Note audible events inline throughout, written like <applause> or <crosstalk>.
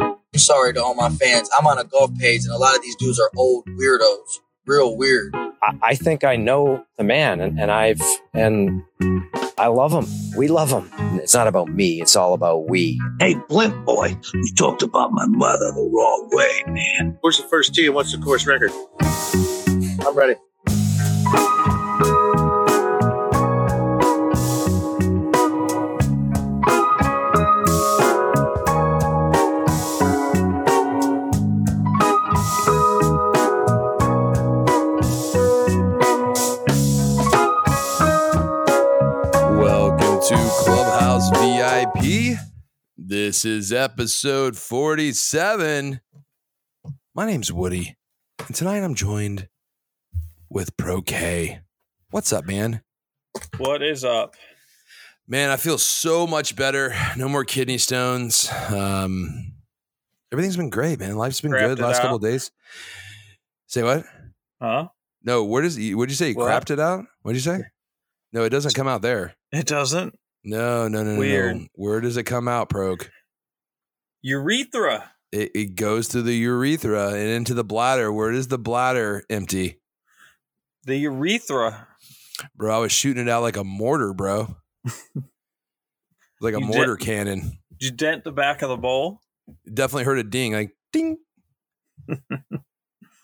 I'm sorry to all my fans. I'm on a golf page, and a lot of these dudes are old weirdos, real weird. I, I think I know the man, and, and I've and I love him. We love him. It's not about me. It's all about we. Hey, Blimp boy, you talked about my mother the wrong way, man. Where's the first tee and what's the course record? I'm ready. Welcome to Clubhouse VIP. This is episode 47. My name's Woody, and tonight I'm joined with Pro K. What's up, man? What is up? Man, I feel so much better. No more kidney stones. Um, everything's been great, man. Life's been Crapped good it last out. couple days. Say what? Huh? No, where does what'd you say? You What? crapped it out? What'd you say? No, it doesn't come out there. It doesn't. No, no, no, no, Weird. no. Where does it come out, Proke? Urethra. It, it goes to the urethra and into the bladder. Where does the bladder empty? The urethra. Bro, I was shooting it out like a mortar, <laughs> bro. like a You did- mortar cannon. Did you dent the back of the bowl? Definitely heard a ding, like ding.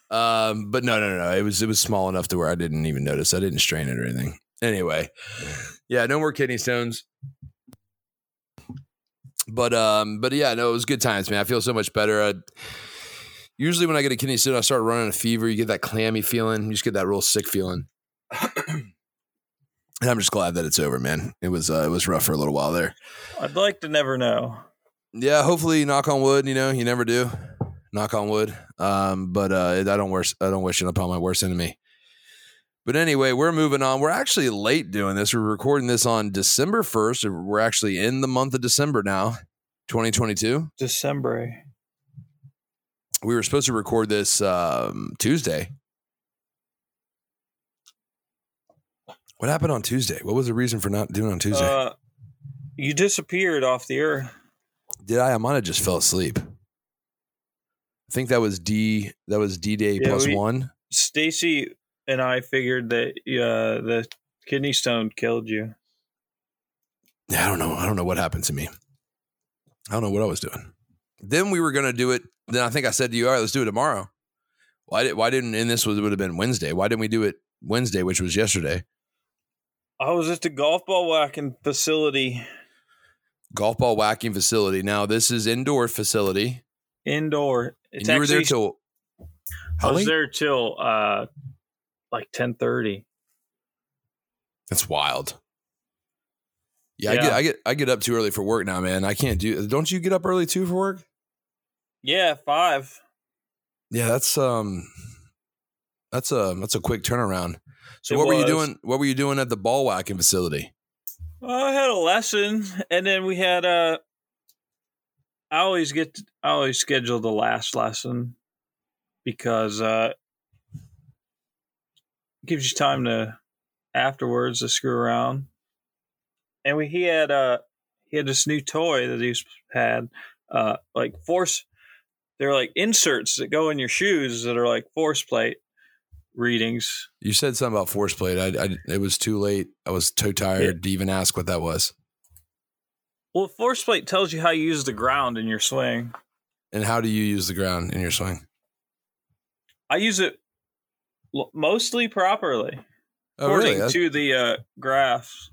um, but no, no, no. It was it was small enough to where I didn't even notice. I didn't strain it or anything. Anyway, yeah, no more kidney stones. But um, but yeah, no, it was good times, man. I feel so much better. I, usually when I get a kidney stone, I start running a fever. You get that clammy feeling. You just get that real sick feeling. <clears throat> and I'm just glad that it's over, man. It was uh, it was rough for a little while there. I'd like to never know. Yeah, hopefully, knock on wood. You know, you never do. Knock on wood. Um, but uh, I don't wish I don't wish it upon my worst enemy. But anyway, we're moving on. We're actually late doing this. We're recording this on December first. We're actually in the month of December now, 2022. December. We were supposed to record this um, Tuesday. What happened on Tuesday? What was the reason for not doing it on Tuesday? Uh, you disappeared off the earth. Did I? I might have just fell asleep. I think that was D. That was D Day Yeah, plus we- one. Stacy and I figured that uh, the kidney stone killed you. Yeah, I don't know. I don't know what happened to me. I don't know what I was doing. Then we were gonna do it. Then I think I said to you, "All right, let's do it tomorrow." Why did? Why didn't? And this was would have been Wednesday. Why didn't we do it Wednesday, which was yesterday? I was at the golf ball whacking facility Golf ball whacking facility. Now this is indoor facility. indoor. And It's you were there actually- till. I How was late? there till uh, like ten thirty. That's wild. Yeah, I Yeah. get I get I get up too early for work now, man. I can't do. Don't you get up early too for work? Yeah, five. Yeah, that's um that's a that's a quick turnaround. So It what were you was. doing what were you doing at the ball whacking facility? Well, I had a lesson, and then we had Uh, I always get I always schedule the last lesson because uh, it gives you time to afterwards to screw around. And we he had uh he had this new toy that he's had uh like force. They're like inserts that go in your shoes that are like force plate readings. You said something about force plate. I, I it was too late. I was too tired to even ask what that was. Well, force plate tells you how you use the ground in your swing. And how do you use the ground in your swing? I use it l- mostly properly, Oh according really? That's- to the uh, graphs.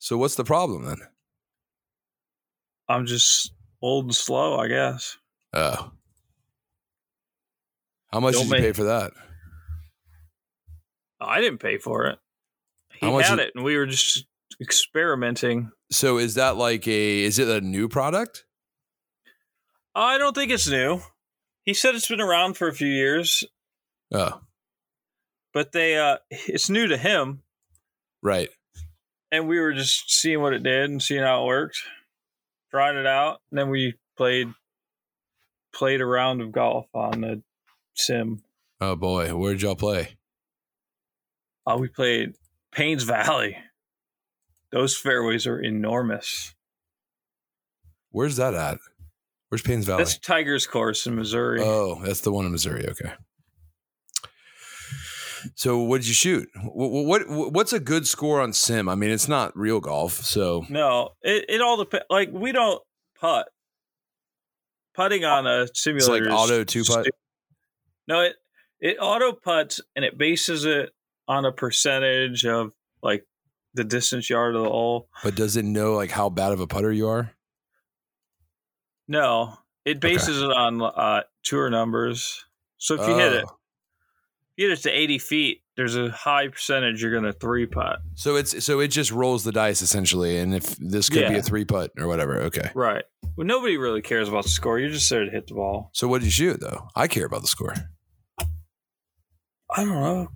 So what's the problem then? I'm just old and slow, I guess. Oh. How much Don't did you make- pay for that? I didn't pay for it. He How much had is- it, and we were just experimenting. So is that like a is it a new product? I don't think it's new. He said it's been around for a few years, Oh, but they uh, it's new to him, right. and we were just seeing what it did and seeing how it worked, trying it out, and then we played played a round of golf on the sim. Oh boy, where did y'all play? Uh, we played Paynes Valley. Those fairways are enormous. Where's that at? Where's Payne's Valley? That's Tiger's course in Missouri. Oh, that's the one in Missouri. Okay. So what did you shoot? What, what what's a good score on sim? I mean, it's not real golf, so no, it, it all depends. Like we don't putt. Putting on a it's simulator like is auto two putt. stu- No, it it auto putts and it bases it on a percentage of like the distance yard of the hole. But does it know like how bad of a putter you are? No, it bases it on uh, tour numbers. So if you hit it, Oh. if you hit it to eighty feet, there's a high percentage you're gonna three putt. So it's so it just rolls the dice essentially, and if this could be Yeah. a three putt or whatever. Okay. Right. Well, nobody really cares about the score. You're just there to hit the ball. So what did you shoot though? I care about the score. I don't know,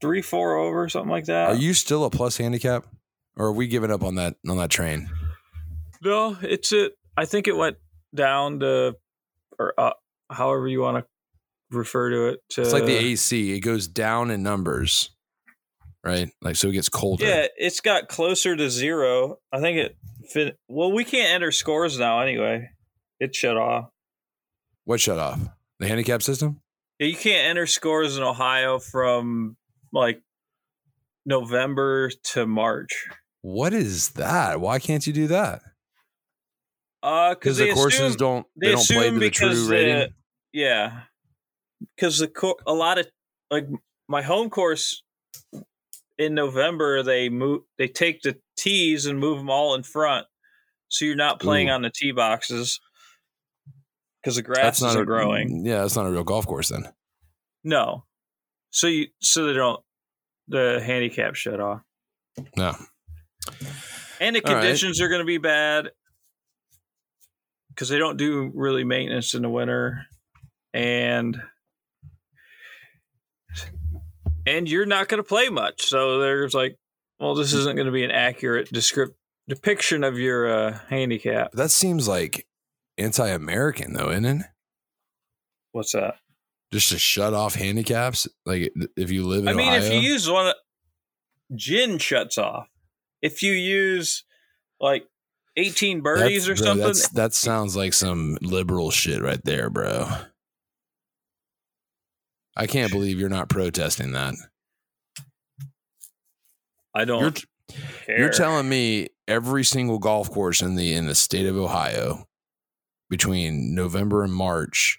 three, four over, something like that. Are you still a plus handicap, or are we giving up on that on that train? No, it's it. I think it went down to, or up, however you want to refer to it. To, It's like the AC; it goes down in numbers, right? Like so, it gets colder. Yeah, it's got closer to zero. I think it fit. Well, we can't enter scores now anyway. It shut off. What shut off? The handicap system? Yeah, you can't enter scores in Ohio from like November to March. What is that? Why can't you do that? Uh, Because the courses assume, don't they, don't play assume to the because true rating. the- yeah, because the co- a lot of like my home course in November they move they take the tees and move them all in front, so you're not playing Ooh. on the tee boxes because the grasses not are a- growing. Yeah, that's not a real golf course then. No, so you so they don't the handicap shut off No. and the All right. conditions are going to be bad because they don't do really maintenance in the winter and and you're not going to play much so there's like well this isn't going to be an accurate descript depiction of your uh, handicap But that seems like anti-American though, isn't it? what's that Just to shut off handicaps, like if you live in i mean if Ohio? you use one gin shuts off if you use like 18 birdies That's- or bro, something that's- that sounds like some liberal shit right there, bro. I can't believe you're not protesting that. i don't You're care You're telling me every single golf course in the in the state of Ohio between November and March,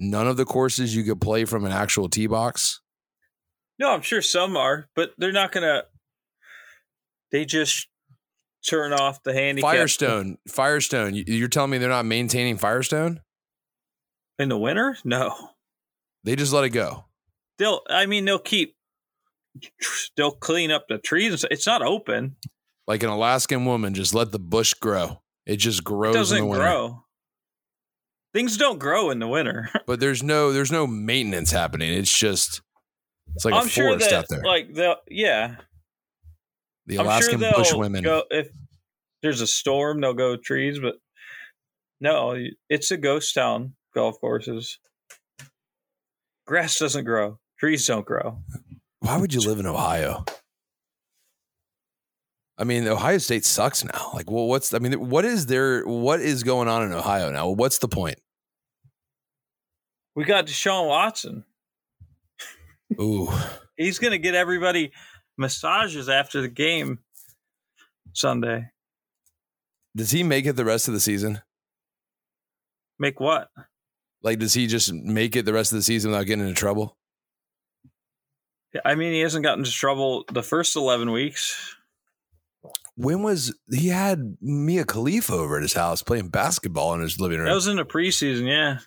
none of the courses you could play from an actual tee box. No, I'm sure some are, but they're not gonna. They just turn off the handicap Firestone, Firestone. you- You're telling me they're not maintaining Firestone? in the winter. No, They just let it go. they'll. I mean, they'll keep. They'll clean up the trees. and s- It's not open. Like an Alaskan woman, just let the bush grow. It just It grows in doesn't the winter. grow. Things don't grow in the winter. But there's no there's no maintenance happening. It's just it's like I'm a sure forest that, out there. like, they'll yeah. the I'm sure Alaskan they'll bush women. go if there's a storm. They'll go trees, but no, it's a ghost town. Golf courses. Grass doesn't grow. Trees don't grow. Why would you live in Ohio? I mean, Ohio State sucks now. Like, well, what's I mean, what is there? What is going on in Ohio now? What's the point? We got Deshaun Watson. Ooh, He's going to get everybody massages after the game Sunday. does he make it the rest of the season? Make what? Like, does he just make it the rest of the season without getting into trouble? I mean, he hasn't gotten into trouble the first 11 weeks. When was he had Mia Khalifa over at his house playing basketball in his living room? That was in the preseason, yeah.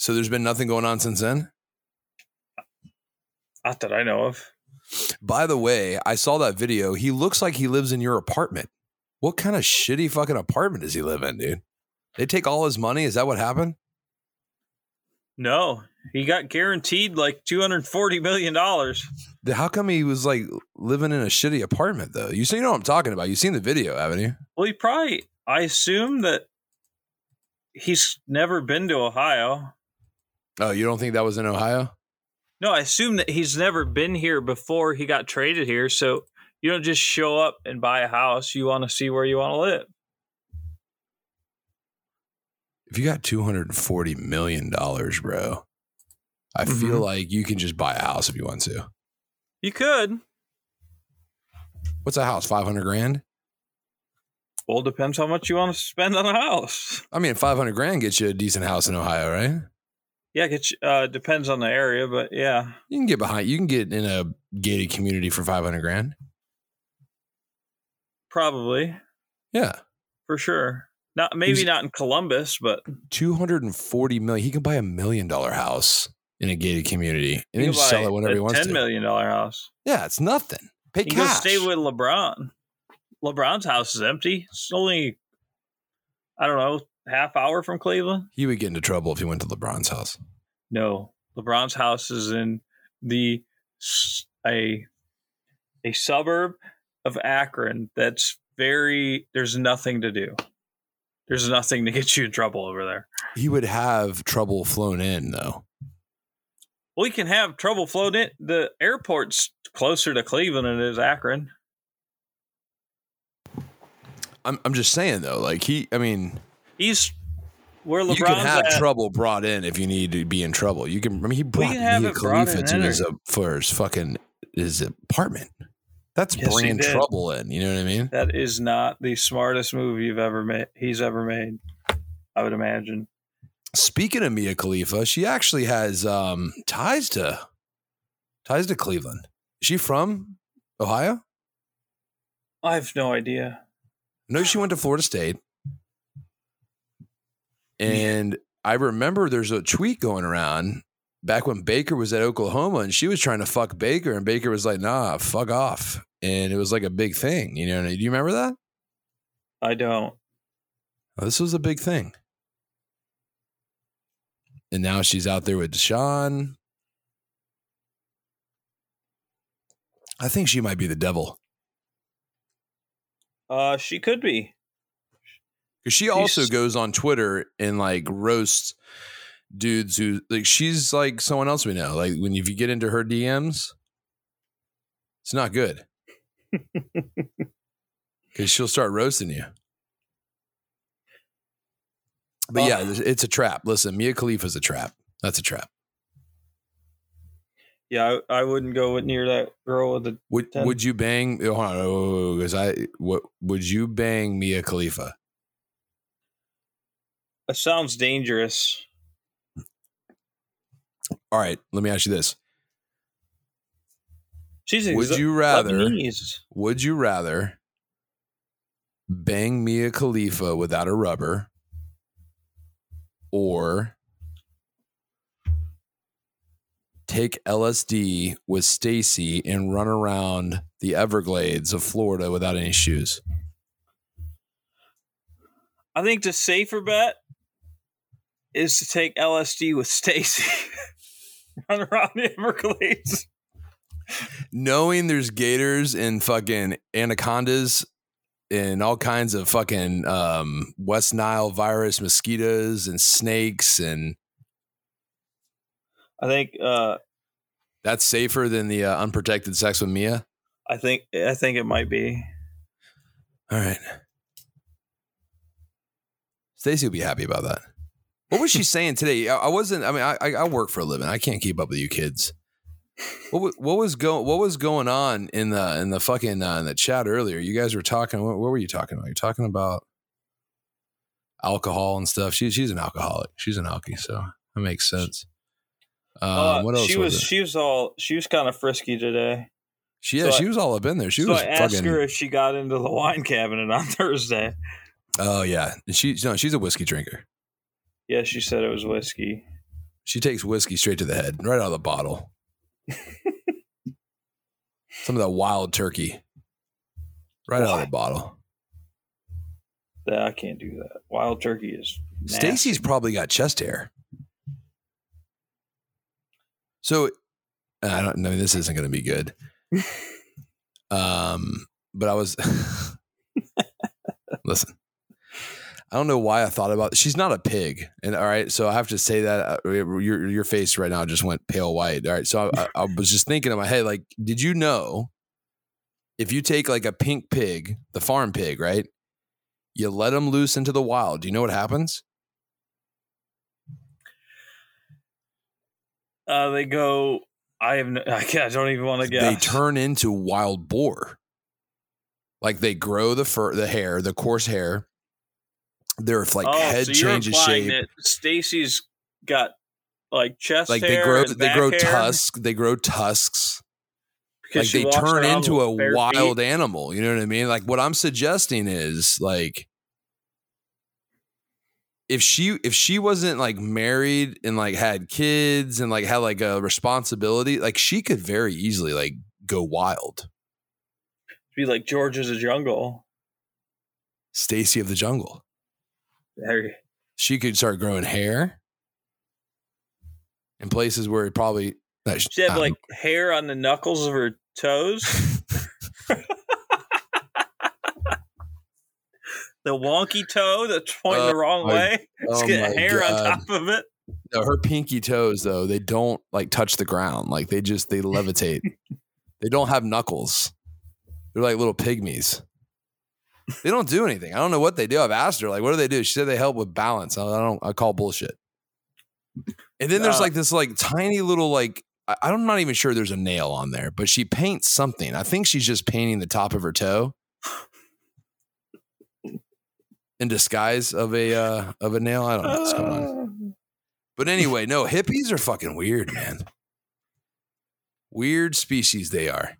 so there's been nothing going on since then. Not that I know of. By the way, I saw that video. He looks like he lives in your apartment. What kind of shitty fucking apartment does he live in, dude? They take all his money. Is that what happened? No, he got guaranteed like $240 million. The- How come he was like living in a shitty apartment though? You see, you know what I'm talking about. You've seen the video, haven't you? Well, he probably, I assume that he's never been to Ohio. Oh, you don't think that was in Ohio? No, I assume that he's never been here before he got traded here. So you don't just show up and buy a house. You want to see where you want to live. if you got two hundred and forty million dollars, bro, I feel like you can just buy a house if you want to. You could. What's a house? Five hundred grand? Well, depends how much you want to spend on a house. I mean, five hundred grand gets you a decent house in Ohio, right? Yeah, it uh, depends on the area, but yeah, You can get behind. You can get in a gated community for five hundred grand. probably Yeah, for sure. Not maybe Who's- not in Columbus, but two hundred and forty million. He can buy a million dollar house in a gated community and then you just sell buy it whenever a he wants Ten to. million dollar house. Yeah, it's nothing. Pay You go cash. stay with LeBron. LeBron's house is empty. It's only I don't know half hour from Cleveland. he would get into trouble if he went to LeBron's house. No, LeBron's house is in the s- a a suburb of Akron that's very there's nothing to do. There's nothing to get you in trouble over there. He would have trouble flown in though. We can have trouble floating. it. The airport's closer to Cleveland than it is Akron. I'm I'm just saying though, like he. I mean, He's where LeBron's you can have at. trouble brought in if you need to be in trouble. You can. I mean, he brought can have Mia it brought Khalifa in to his there. uh, for his fucking his apartment. That's Yes, he bringing did. trouble in. You know what I mean? That is not the smartest move you've ever made. He's ever made. I would imagine. Speaking of Mia Khalifa, she actually has um, ties to ties to Cleveland. Is she from Ohio? I have no idea. No, she went to Florida State. And I remember there's a tweet going around back when Baker was at Oklahoma and she was trying to fuck Baker and Baker was like, "Nah, fuck off." And it was like a big thing, you know. Do you remember that? I don't. This was a big thing. And now she's out there with Deshaun. I think she might be the devil Uh, she could be. because she also She's- goes on Twitter and like roasts dudes who like she's like someone else we know. Like when if you get into her DMs, it's not <laughs> good because she'll start roasting you. But yeah, Uh. it's a trap. Listen, Mia Khalifa's a trap. That's a trap. Yeah, I, I wouldn't go near that girl with the. Would Ten. would you bang? oh, Hold on, because I what would you bang Mia Khalifa? It sounds dangerous. All right, let me ask you this: She's Would exa- you rather? Lebanese. Would you rather bang Mia Khalifa without a rubber, or take LSD with Stacy and run around the Everglades of Florida without any shoes? I think the safer bet is to take LSD with Stacy. <laughs> Run around the Everglades. knowing there's gators and fucking anacondas and all kinds of fucking um, West Nile virus mosquitoes and snakes and I think. Uh, that's safer than the uh, unprotected sex with Mia. I think. I think it might be. All right. Stacy would be happy about that. What <laughs> was she saying today? I, I wasn't. I mean, I, I I work for a living. I can't keep up with you kids. What wa- what was going What was going on in the in the fucking uh, in the chat earlier? You guys were talking. What, what were you talking about? You're talking about alcohol and stuff. She, she's an alcoholic. She's an alkie, so that makes sense. Um, Uh, what else she was, was, it? she was all she was kind of frisky today. She, yeah, so I- she was all up in there. She so was I asked fucking. her if she got into the <laughs> wine cabinet on Thursday. Oh yeah, And she no, she's a whiskey drinker. Yeah, she said it was whiskey. She takes whiskey straight to the head, right out of the bottle. Some of that wild turkey, right out of the bottle. Nah, I can't do that. Wild turkey is. nasty. Stacy's probably got chest hair. So I don't know. This isn't going to be good. um, but I was <laughs> listen. I don't know why I thought about. She's not a pig, and all right. So I have to say that uh, your your face right now just went pale white. All right. So I, I, I was just thinking in my head, like, did you know if you take like a pink pig, the farm pig, right? You let them loose into the wild. Do you know what happens? Uh, they go. I have. No, <laughs> I can't- I don't even want to guess. They turn into wild boar. Like they grow the fur, the hair, the coarse hair. Their like Oh, head changes implying shape. That Stacy's got like chest Like hair they grow, and they back grow hair tusks. They grow tusks. because she like walks they turn around into with a bare wild feet. animal. You know what I mean? Like what I'm suggesting is like if she if she wasn't like married and like had kids and like had like a responsibility, like she could very easily like go wild. Be like George's a jungle. Stacy of the jungle. There you- She could start growing hair in places where it probably that She had like Um, hair on the knuckles of her <laughs> toes. the wonky toe that's pointing the Oh wrong my- way. It's oh got my <laughs> hair God. on top of it. No, her pinky toes though, they don't like touch the ground. Like they just they levitate. they don't have knuckles. They're like little pygmies. They don't do anything. I don't know what they do. I've asked her like, what do they do? She said they help with balance. I I don't. I call bullshit. And then there's Uh, like this like tiny little like I, I'm not even sure there's a nail on there, but she paints something. I think she's just painting the top of her toe in disguise of a uh, of a nail. I don't know what's going on. But anyway, no, hippies are fucking weird, man. Weird species they are.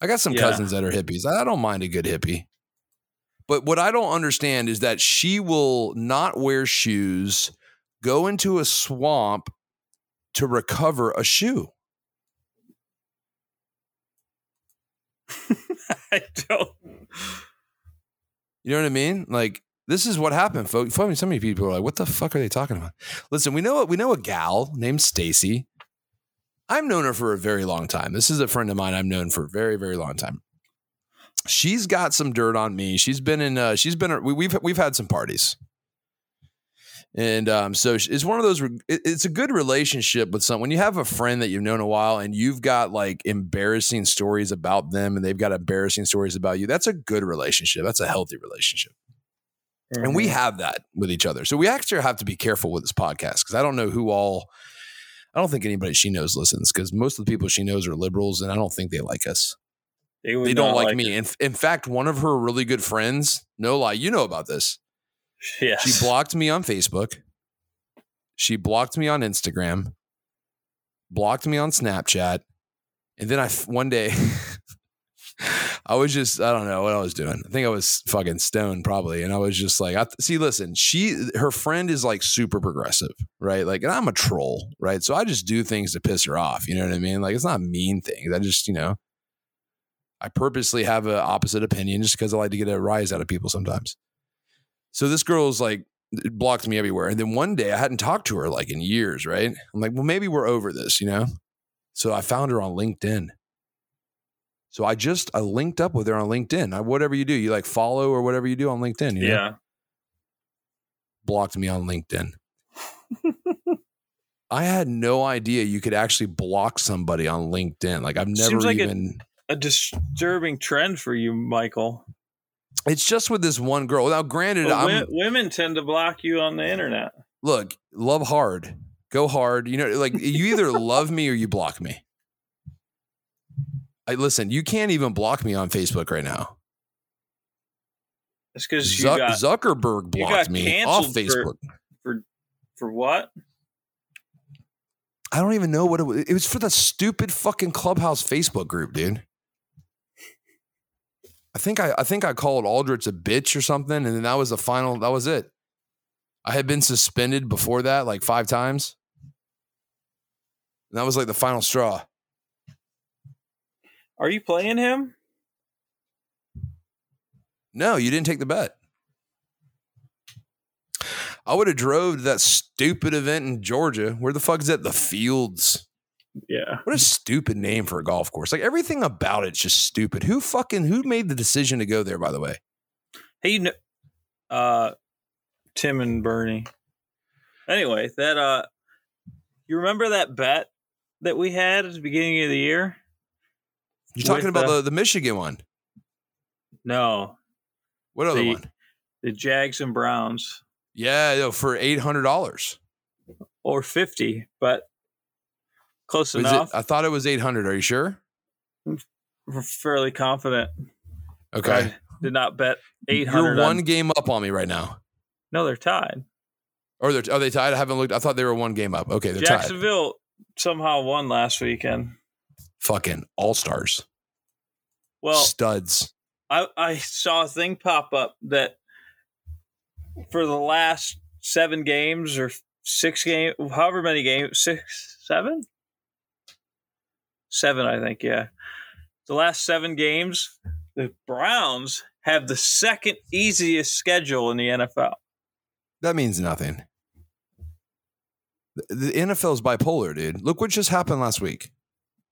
I got some Yeah. cousins that are hippies. I don't mind a good hippie. But what I don't understand is that she will not wear shoes, go into a swamp to recover a shoe. <sighs> I don't. You know what I mean? Like this is what happened, folks. Fucking so many people are like, "What the fuck are they talking about?" Listen, we know we know a gal named Stacy. I've known her for a very long time. This is a friend of mine I've known for a very very long time. She's got some dirt on me. She's been in. Uh, she's been. We, we've we've had some parties, and um, so sh- it's one of those. re- it- It's a good relationship with someone. When you have a friend that you've known a while, and you've got like embarrassing stories about them, and they've got embarrassing stories about you. That's a good relationship. That's a healthy relationship. And Mm-hmm. we have that with each other. So we actually have to be careful with this podcast because I don't know who all, I don't think anybody she knows listens because most of the people she knows are liberals and I don't think they like us. would They don't not like, <laughs> me. In, in fact, one of her really good friends, no lie, you know about this. it. Yes. She blocked me on Facebook. She blocked me on Instagram, blocked me on Snapchat. And then I, f- one day, <laughs> I was just, I don't know what I was doing. I think I was fucking stoned probably. And I was just like, I, see, listen, she, her friend is like super progressive, right? Like, and I'm a troll, right? So I just do things to piss her off. You know what I mean? Like, it's not mean things. I just, you know, I purposely have an opposite opinion just because I like to get a rise out of people sometimes. So this girl's like blocked me everywhere. And then one day I hadn't talked to her like in years, right? I'm like, well, maybe we're over this, you know? So I found her on LinkedIn. So I just I linked up with her on LinkedIn. I, whatever you do, you like follow or whatever you do on LinkedIn. You know? Yeah. blocked me on <laughs> LinkedIn. I had no idea you could actually block somebody on LinkedIn. Like I've never Seems like a- even A disturbing trend for you, Michael. it's just with this one girl. Now, granted, But I'm wo- women tend to block you on the internet. look, love hard, go hard. You know, like you <laughs> either love me or you block me. I listen. You can't even block me on Facebook right now. It's because you Zuck- got Zuckerberg you got blocked me off canceled for- Facebook. for what? I don't even know what it was. It was for the stupid fucking clubhouse Facebook group, dude. I think I, I think I called Aldrich a bitch or something, and then that was the final. That was it. I had been suspended before that like five times, and that was like the final straw. Are you playing him? No, you didn't take the bet. I would have drove to that stupid event in Georgia. Where the fuck is that? The Fields. Yeah. What a stupid name for a golf course. Like everything about it's just stupid. Who fucking who made the decision to go there, by the way? He, kn- uh, Tim and Bernie. Anyway, that uh, you remember that bet that we had at the beginning of the year? You're talking With, about uh, the, the Michigan one. No, What other the- one? the Jags and Browns Yeah, no, for eight hundred dollars. or fifty, but Close Is it- enough. I thought it was 800. Are you sure? We're fairly confident. Okay. I did not bet eight You're hundred. one game up on me right now. No, they're tied. Or they're, are they tied? I haven't looked. I thought they were one game up. Okay, they're tied. Jacksonville somehow won last weekend. Fucking all stars, Well, studs. I, I saw a thing pop up that for the last seven games or six game, however many games, six, seven, seven, I think, yeah. The last seven games, the Browns have the second easiest schedule in the NFL. That means nothing. The, the NFL's bipolar, dude. Look what just happened last week.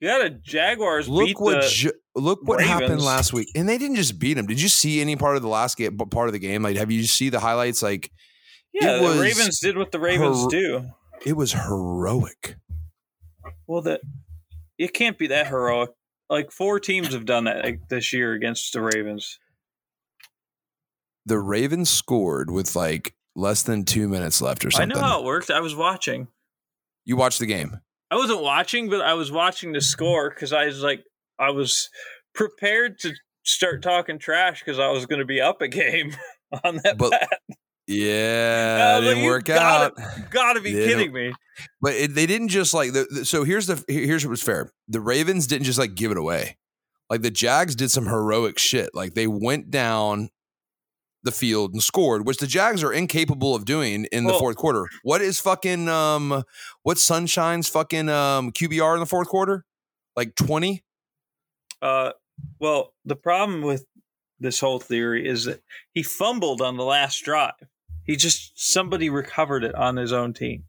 You got a Jaguars beat Look what the ju- look what happened Ravens. last week, and they didn't just beat them. Did you see any part of the last game, part of the game? Like, have you see the highlights? Like, yeah it the was Ravens did what the Ravens hor- do. it was heroic. Well, that it can't be that heroic. Like four teams have done that like, this year against the Ravens. The Ravens scored with like less than two minutes left or I something. know how it worked. I was watching. You watched the game. I wasn't watching, but I was watching the score because I was like, I was prepared to start talking trash because I was going to be up a game <laughs> on that. But- bet. Yeah, I it was like, didn't "You work out. gotta- Gotta be Yeah, no. kidding me! But it, they didn't just like the, the- so. Here's the here's what was fair. The Ravens didn't just like give it away. Like the Jags did some heroic shit. Like they went down the field and scored, which the Jags are incapable of doing in the Well- fourth quarter. What is fucking um what's Sunshine's fucking um QBR in the fourth quarter? Like twenty. Uh, well, the problem with this whole theory is that he fumbled on the last drive. He just somebody recovered it on his own team.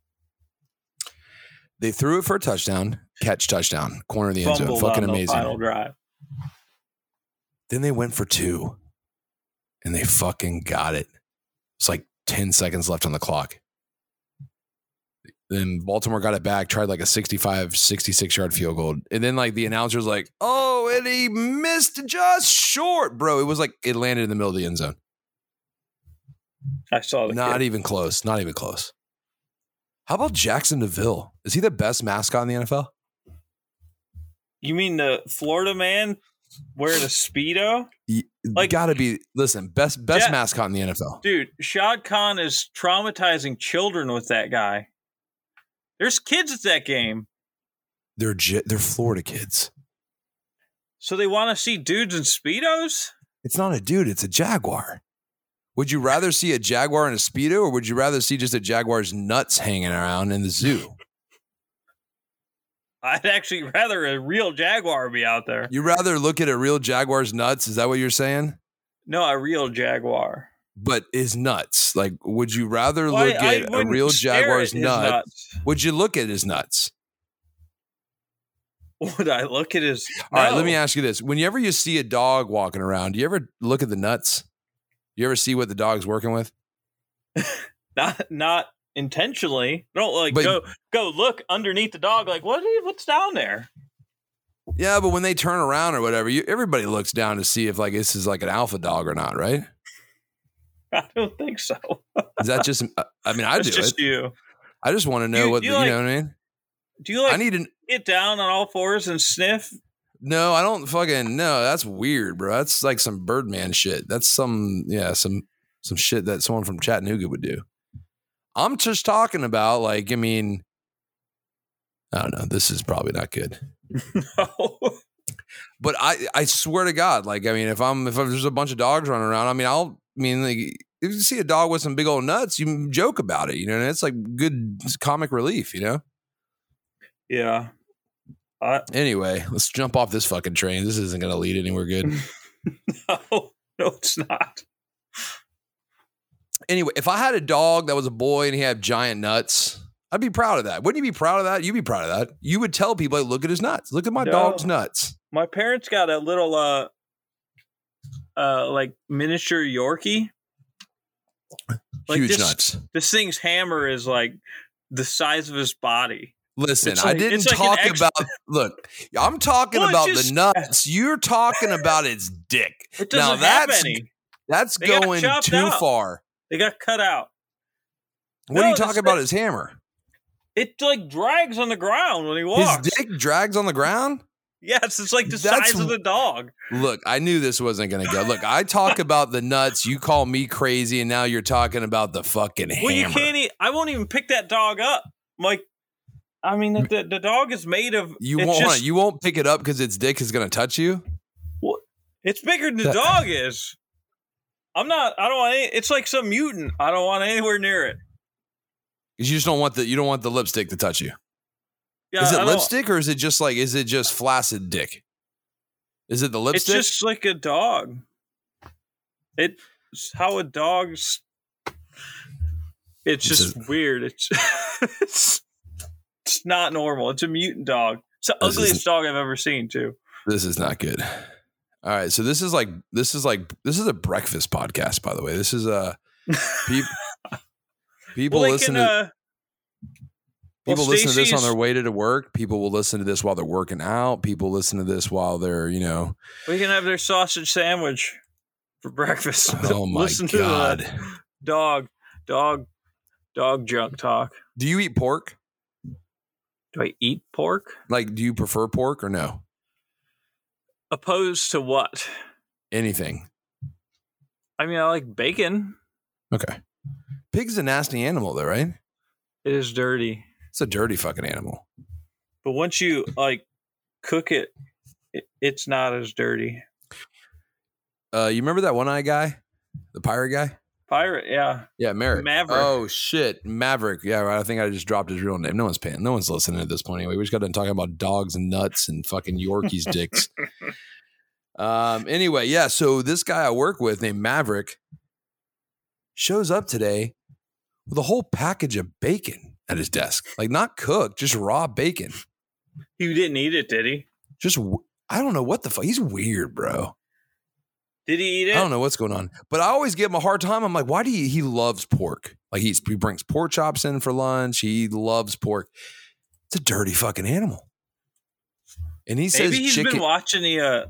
They threw it for a touchdown, catch touchdown, corner of the end zone. Fumbled Fucking on the final amazing. drive. Then they went for two, and they fucking got it. It's like ten seconds left on the clock. Then Baltimore got it back, tried like a 65, 66 yard field goal. And then, like, the announcer's like, oh, and he missed just short. Bro, it was like it landed in the middle of the end zone. I saw the Not kid. even close. Not even close. How about Jackson DeVille? Is he the best mascot in the NFL? You mean the Florida man wearing a speedo, Like, Like- gotta be, listen, best best Ja- mascot in the NFL. dude? Shad Khan is traumatizing children with that guy. There's kids at that game, They're, J- they're Florida kids. so they want to see dudes in speedos. <laughs> It's not a dude, it's a jaguar. Would you rather see a jaguar in a speedo or would you rather see just a jaguar's nuts hanging around in the <laughs> zoo? I'd actually rather a real jaguar be out there. You rather look at a real jaguar's nuts, is that what you're saying? No, a real jaguar. But is nuts. Like would you rather Why- look I at a wouldn't real stare at jaguar's his nut? nuts. <laughs> Would you look at his nuts? Would I look at his? All right, let No. me ask you this. Whenever you see a dog walking around, do you ever look at the nuts? You ever see what the dog's working with? not not intentionally. Don't like But- go go look underneath the dog. Like what? What's down there? <laughs> Yeah, but when they turn around or whatever, you, everybody looks down to see if like this is like an alpha dog or not, right? I don't think so. Is that just? uh, I mean, I That's do just it. you. I just want to know You- what you the, like- you know what I mean. Do you like I need to. get down on all fours and sniff? <laughs> No, I don't fucking no. That's weird, bro. That's like some Birdman shit. That's some yeah, some some shit that someone from Chattanooga would do. I'm just talking about like I mean, I don't know. This is probably not good. No. But I I swear to God, like I mean, if I'm if there's a bunch of dogs running around, I mean, I'll I mean like if you see a dog with some big old nuts, you joke about it, you know. And it's like good comic relief, you know. yeah. <laughs> I Anyway, let's jump off this fucking train. This isn't going to lead anywhere good. no. No, it's not. anyway, if I had a dog that was a boy and he had giant nuts, I'd be proud of that. Wouldn't you be proud of that? You'd be proud of that. You would tell people, like, look at his nuts. Look at my No. dog's nuts. My parents got a little uh uh like miniature Yorkie. Like Huge this- nuts. This thing's hammer is like the size of his body. Listen, it's I like- didn't it's like an talk ex- about. Look, I'm talking Well, it's about just- the nuts. You're talking about its dick. It Now doesn't have that's- any. That's They got going chopped too out. far. They got cut out. What No, are you that's talking about? not- His hammer? It like drags on the ground when he walks. His dick drags on the ground. Yes, it's like the That's- size of the dog. Look, I knew this wasn't going to go. Look, I <laughs> talk about the nuts. You call me crazy, and now you're talking about the fucking hammer. Well, you can't. E- I won't even pick that dog up. I'm like, I mean, the- the, the dog is made of. You e-, it's won't. just- wanna- you won't pick it up because its dick is going to touch you. It's bigger than the That- dog is. I'm not. I don't want. Any, it's like some mutant. I don't want anywhere near it. 'Cause you just don't want the. You don't want the lipstick to touch you. Yeah, is I it don't- lipstick or is it just like? Is it just flaccid dick? Is it the It's lipstick? just like a dog. It's how a dog's. It's It's just weird. It's, <laughs> it's it's not normal. It's a mutant dog. It's the This is- ugliest dog I've ever seen too. this is not good. All right, so this is like this is like this is a breakfast podcast. By the way, this is a <laughs> peop, people Well, they listen can. to uh, well, people listen to this on Stacey's- their way to work. People will listen to this while they're working out. People listen to this while they're you <laughs> know we can have their sausage sandwich for breakfast. <laughs> oh my Listen to the- god. dog, dog, dog junk talk. do you eat pork? Do I eat pork? Like, do you prefer pork or no? Opposed to what? Anything? I mean, I like bacon. Okay. Pig's a nasty animal though, right? It is dirty, It's a dirty fucking animal. but once you like cook it, it it's not as dirty. Uh, you remember that one eye guy, the pirate guy? Pirate, yeah. Yeah, Merrick. Maverick. Oh shit, Maverick. Yeah, right. I think I just dropped his real name. No one's paying. No one's listening at this point anyway. We just got done talking about dogs and nuts and fucking Yorkies dicks. Um. Anyway, yeah. So this guy I work with named Maverick shows up today with a whole package of bacon at his desk, like not cooked, just raw bacon. He didn't eat it, did he? Just w- I don't know what the fuck. He's weird, bro. Did he eat it? I don't know what's going on, but I always give him a hard time. I'm like, why do you? He loves pork. Like he's he brings pork chops in for lunch. He loves pork. It's a dirty fucking animal. And he says Maybe he's chicken. been watching the uh,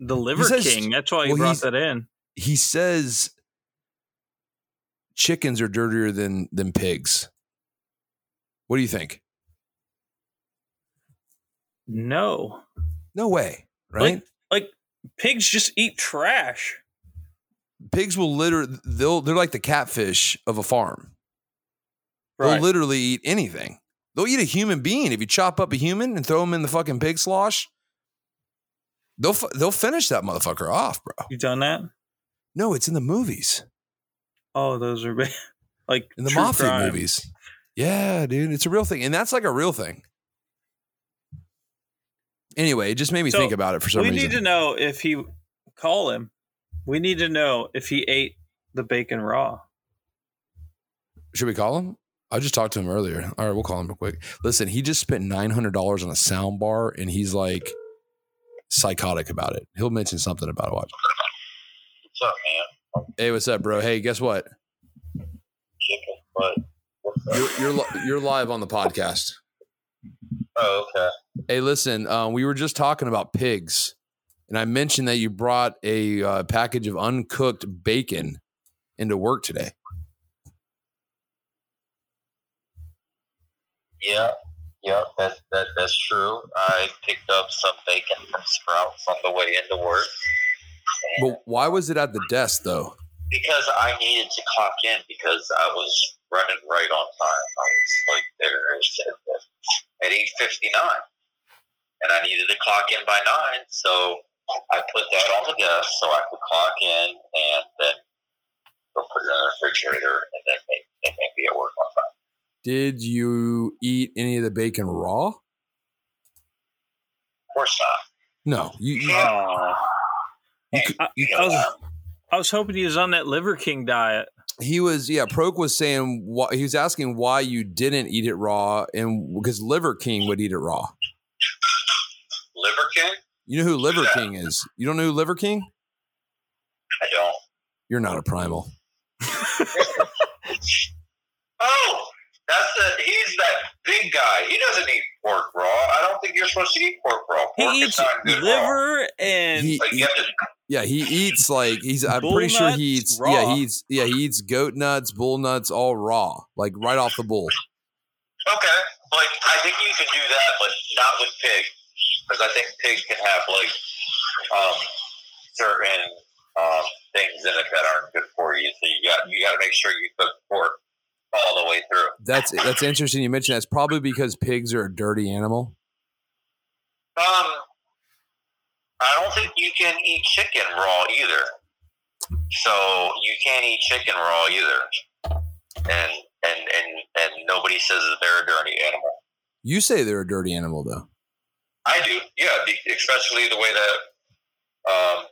the Liver says- King. That's why he well, brought he's- that in. he says chickens are dirtier than than pigs. What do you think? No, No way, right? Like, like pigs just eat trash. pigs will literally they'll they're like the catfish of a farm. Right. They'll literally eat anything. They'll eat a human being. If you chop up a human and throw him in the fucking pig slosh, they'll fu- they'll finish that motherfucker off, bro. you done that? No, it's in the movies, Oh, those are <laughs> big. like in the true mafia crime. movies. Yeah, dude, it's a real thing, and that's like a real thing. Anyway, it just made me So, think about it for some we reason. need to know if he call him. We need to know if he ate the bacon raw. Should we call him? I just talked to him earlier. All right, we'll call him real quick. Listen, he just spent nine hundred dollars on a sound bar, and he's like psychotic about it. He'll mention something about it. Watch. What's up, man? Hey, what's up, bro? Hey, guess what? Chicken butt. What's up? You're you're, li- you're live on the podcast. Oh, okay. Hey, listen, uh, we were just talking about pigs, and I mentioned that you brought a uh, package of uncooked bacon into work today. Yeah, yeah, that, that, that's true. I picked up some bacon from Sprouts on the way into work But why was it at the desk though? because I needed to clock in because I was running right on time. I was like there at- at eight fifty nine, and I needed to clock in by nine, so I put that on the desk so I could clock in and then go put it in the refrigerator and then make, and make me at work on time. Did you eat any of the bacon raw? Of course not. No, you. you I, uh, I was, I was hoping he was on that Liver King diet. he was yeah Proke was saying why he was asking why you didn't eat it raw and because Liver King would eat it raw. Liver King? You know who Liver King is? You don't know who Liver King? I don't. You're not a primal. Oh, that's the he's that big guy. He doesn't eat pork raw. I don't think you're supposed to eat pork raw. Pork He is eats not good raw. liver and He- Like, you have to, Yeah, he eats like he's. I'm Bull pretty sure nuts he eats. Yeah, raw. he eats. Yeah, he eats goat nuts, bull nuts, all raw, like right off the bull. okay, think you could do that, but not with pig, because I think pig can have like um, certain um, things in it that aren't good for you. So you got you got to make sure you cook pork all the way through. That's that's interesting. You mentioned that's probably because pigs are a dirty animal. Um, I don't think you can eat chicken raw either. So you can't eat chicken raw either. And and and and nobody says that they're a dirty animal. You say they're a dirty animal, though. I do, yeah. be- Especially the way that, um,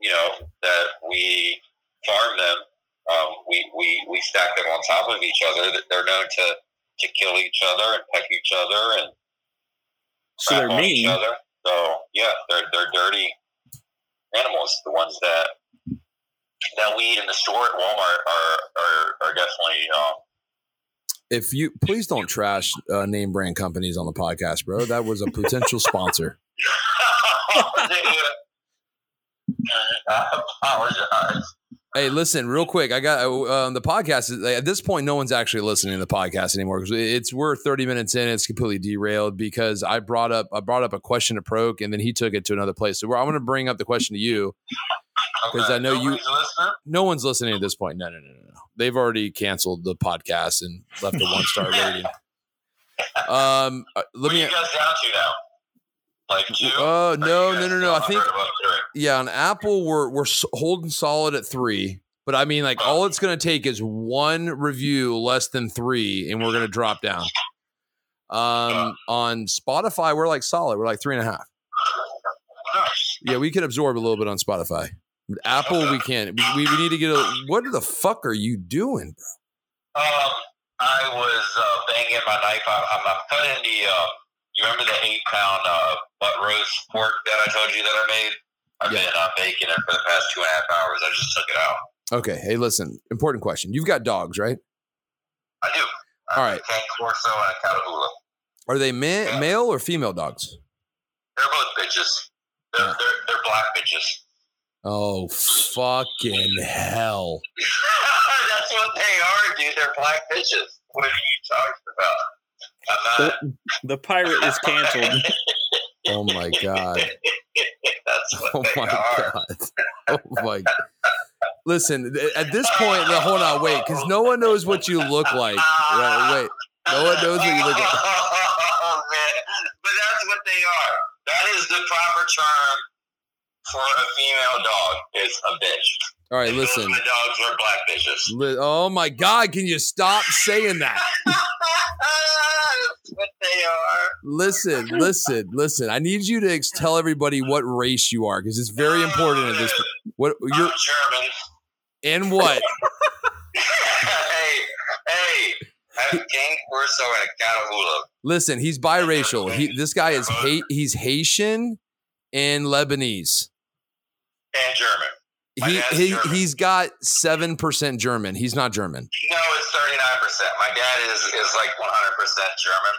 you know, that we farm them. Um, we, we, we stack them on top of each other. that They're known to, to kill each other and peck each other and So crap they're on each mean. other. So yeah, they're they're dirty animals. The ones that that we eat in the store at Walmart are are, are definitely <laughs> um, If you please don't trash uh, name brand companies on the podcast, bro. That was a potential sponsor. I apologize. Hey, listen, real quick. I got um, the podcast. Is, at this point, no one's actually listening to the podcast anymore because it's we're thirty minutes in. It's completely derailed because I brought up I brought up a question to Proke, and then he took it to another place. So we're, I'm going to bring up the question to you. 'Cause I know you- Nobody's listening? No one's listening at this point. No, no, no, no, no. They've already canceled the podcast and left a one star rating. Um, uh, let What are me. you guys down to now? Like two? Oh no, Or no, you guys no, no! I still think have about three? yeah, on Apple we're we're s- holding solid at three, but I mean like all it's gonna take is one review less than three, and we're gonna drop down. Um, on Spotify we're like solid. We're like three and a half. Nice. Yeah, we can absorb a little bit on Spotify. Apple, we can't. We, we, we need to get a. What the fuck are you doing? Um, I was uh, banging my knife. I, I'm, I'm cutting the. Uh, you remember the eight pound uh, butt roast pork that I told you that I made? I've Yeah. been uh, baking it for the past two and a half hours. I just took it out. Okay, hey, listen. Important question. You've got dogs, right? I do. All I have right. A King Corso and a Catahoula. Are they ma- male or female dogs? They're both bitches. They're, they're, they're black bitches. <laughs> Oh fucking hell! That's what they are, dude. They're black bitches. What are you talking about? I'm not. The pirate is <laughs> canceled. Oh my god! <laughs> That's what <laughs> Oh they my are. god! Oh my. Listen, th- at this point, no, hold on, wait, because no one knows what you look like. Ah. Right, wait, no one knows what you look like. Oh, <laughs> man. But that's what they are. That is the proper term for a female dog. It's a bitch. All right, And those listen. My dogs are black bitches. <laughs> Li- oh my god! Can you stop saying that? that's what they are. Listen, listen, listen. I need you to ex- tell everybody what race you are because it's very important at this. What You're you're German. <laughs> in what? hey, hey. I <laughs> have King Corso and a Catahoula. Listen, he's biracial. He this guy is ha- he's Haitian and Lebanese. and German. My He, dad's he German. he's got seven percent German. He's not German. No, it's thirty nine percent. My dad is is like one hundred percent German.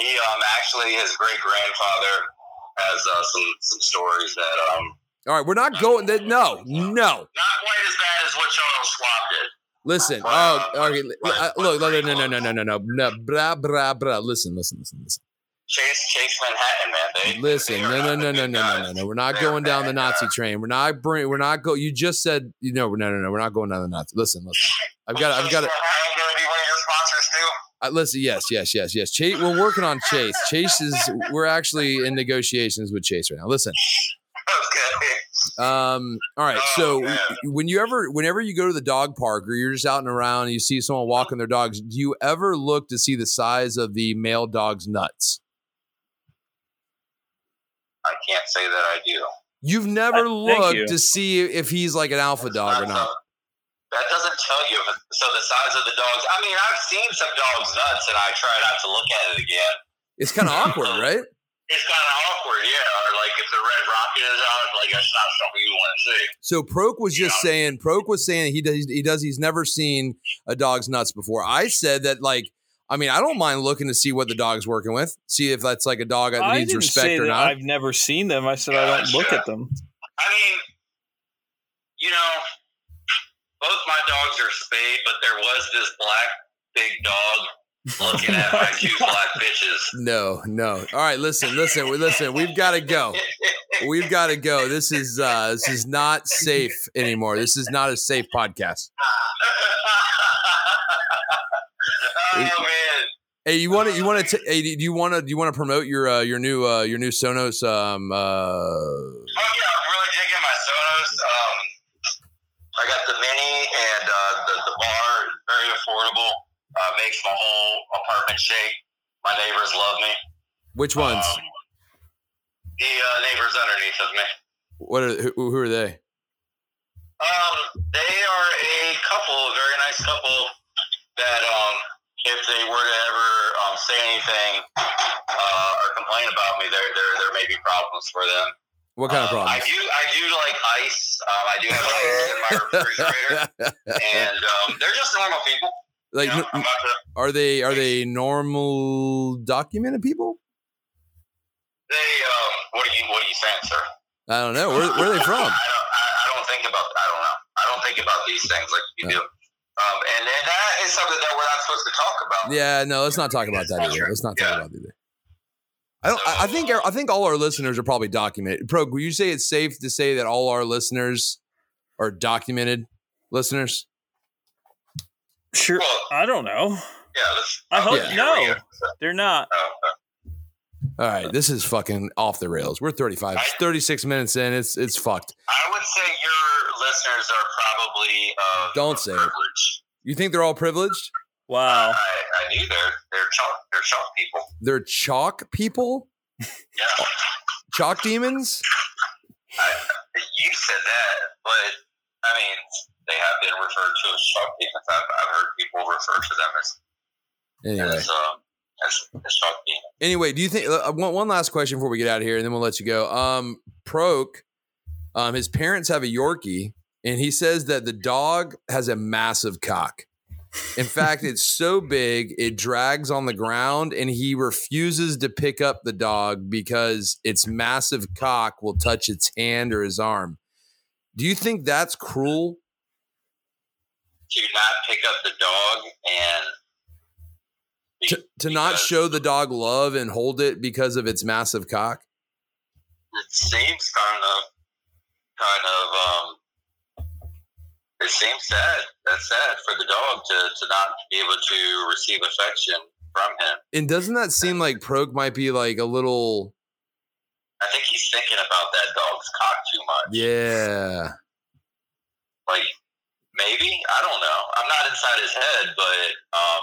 He um actually his great grandfather has uh, some some stories that um All right, we're not going. That, no, no. not quite as bad as what Charles Schwab did. Listen. Oh, okay. li- uh, look, no, no, no, no, no, no, no, no. Blah blah blah. Listen, listen, listen, listen. Chase Chase Manhattan man. They, Listen. they are No, no, not no, no, no, the good no, guys. no, no. We're not going down the Nazi train. We're not bring. We're not go. You just said you know. No, no, no. We're not going down the Nazi. Listen, listen. I've got. I've got. to Chase Manhattan gonna be one of your sponsors too. <laughs> Uh, listen, yes, yes, yes, yes. Chase, we're working on Chase. Chase is we're actually in negotiations with Chase right now. Listen, Okay. um, all right. Oh, So man. when you ever, whenever you go to the dog park or you're just out and around and you see someone walking their dogs, do you ever look to see the size of the male dog's nuts? I can't say that I do. You've never Uh, thank looked you. to see if he's like an alpha dog or That's not. a- Uh, That doesn't tell you. If, so the size of the dogs. I mean, I've seen some dogs nuts, and I try not to look at it again. It's kind of awkward, <laughs> right? It's kind of awkward, yeah. Or like if the red rocket is out, like that's not something you want to see. So Proke was just saying, Proke was saying he does, he does, he's never seen a dog's nuts before. I said that, like, I mean, I don't mind looking to see what the dog's working with, see if that's like a dog that I needs didn't respect say or that not. I've never seen them. I said I don't look at them. I mean, you know, both my dogs are spayed, but there was this black big dog looking at my <laughs> two black bitches. No, no. All right, listen, listen, we listen. We've got to go. We've got to go. This is uh this is not safe anymore. This is not a safe podcast. oh man. Hey, you want to you want to hey, do you want to do you want to promote your uh, your new uh your new Sonos um uh Oh yeah, I'm really digging my Sonos. Um, I got the mini and uh, the, the bar, very affordable. Uh, makes my whole apartment shake. My neighbors love me. which ones? Um, the uh, neighbors underneath of me. What are who, who are they? Um, they are a couple, a very nice couple. That um, if they were to ever um, say anything uh, or complain about me, there there there may be problems for them. What kind of Um, I problems? do I do like ice. Um, I do have ice in my refrigerator, <laughs> and um, they're just normal people. like you know? I'm n- not gonna- are they are they normal documented people? they um, what are you what are you saying, sir? I don't know. Where, where are they I from? don't, I, I don't think about I don't know. I don't think about these things like you do. Um, and, and that is something that we're not supposed to talk about. Yeah, no, let's not talk about that either. Let's not talk Yeah. about that either. I don't. I I think. er, I think all our listeners are probably documented. Pro, would you say it's safe to say that all our listeners are documented listeners? Sure. Well, I don't know. yeah. Let's, I hope yeah, no. yeah. They're not. Oh, All right, this is fucking off the rails. We're 35, 36 minutes in. It's it's fucked. I would say your listeners are probably uh, Don't say it. privileged. You think they're all privileged? Wow. I, I knew they're they're chunk they're chunk people. They're chalk people, Yeah. chalk demons. You said that, but I mean, they have been referred to as Trump demons. I've, I've heard people refer to them as Anyway, as, um, as, as Trump demons. anyway, do you think? Uh, one, one last question before we get out of here, and then we'll let you go. Um, Proke, um, his parents have a Yorkie, and he says that the dog has a massive cock. In fact, it's so big it drags on the ground, and he refuses to pick up the dog because its massive cock will touch its hand or his arm. Do you think that's cruel? Do not pick up the dog and to, to not show the dog love and hold it because of its massive cock. it seems kind of kind of um it seems sad. That's sad for the dog to, to not be able to receive affection from him. And doesn't that seem like Proke might be like a little, I think he's thinking about that dog's cock too much. yeah, like maybe I don't know. I'm not inside his head, but um,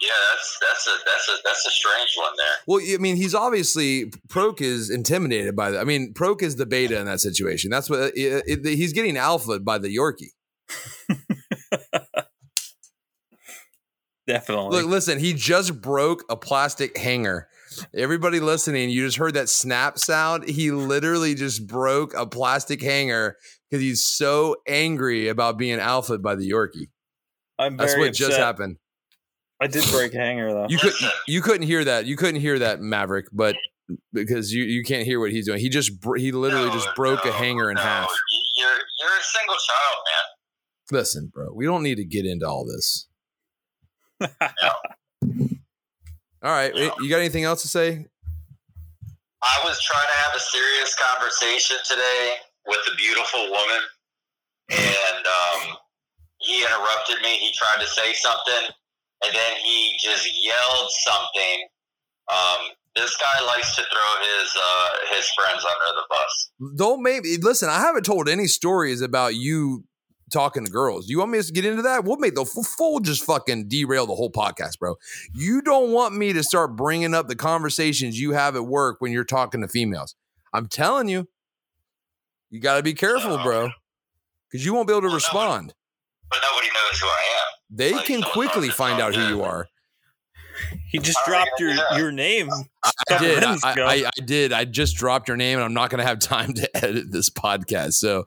yeah, that's that's a that's a that's a strange one there. Well, I mean, he's obviously Proke is intimidated by that. I mean, Proke is the beta in that situation. That's what uh, it, it, he's getting alpha by the Yorkie. Definitely. Look, listen, he just broke a plastic hanger. Everybody listening, you just heard that snap sound. He literally just broke a plastic hanger because he's so angry about being alpha by the Yorkie. I'm very That's what just upset. happened. I did break a hanger though. You could you couldn't hear that. You couldn't hear that Maverick, but because you you can't hear what he's doing. He just br- he literally just No, broke a no, hanger in no. half. You're you're a single child, man. Listen, bro, we don't need to get into all <laughs> this. All right, Yeah. you got anything else to say? I was trying to have a serious conversation today with a beautiful woman, and um, he interrupted me. He tried to say something, and then he just yelled something. Um, this guy likes to throw his uh, his friends under the bus. Don't maybe listen. I haven't told any stories about you talking to girls. You want me to get into that? We'll make the full, full just fucking derail the whole podcast, bro. You don't want me to start bringing up the conversations you have at work when you're talking to females. I'm telling you, you got to be careful, bro, because you won't be able to respond. But nobody knows who I am. They can quickly find out who you are. He just I dropped your, already know. your name. <laughs> I couple did. I, minutes ago. I, I did. I just dropped your name, and I'm not going to have <laughs> time to edit this podcast. So, Oh,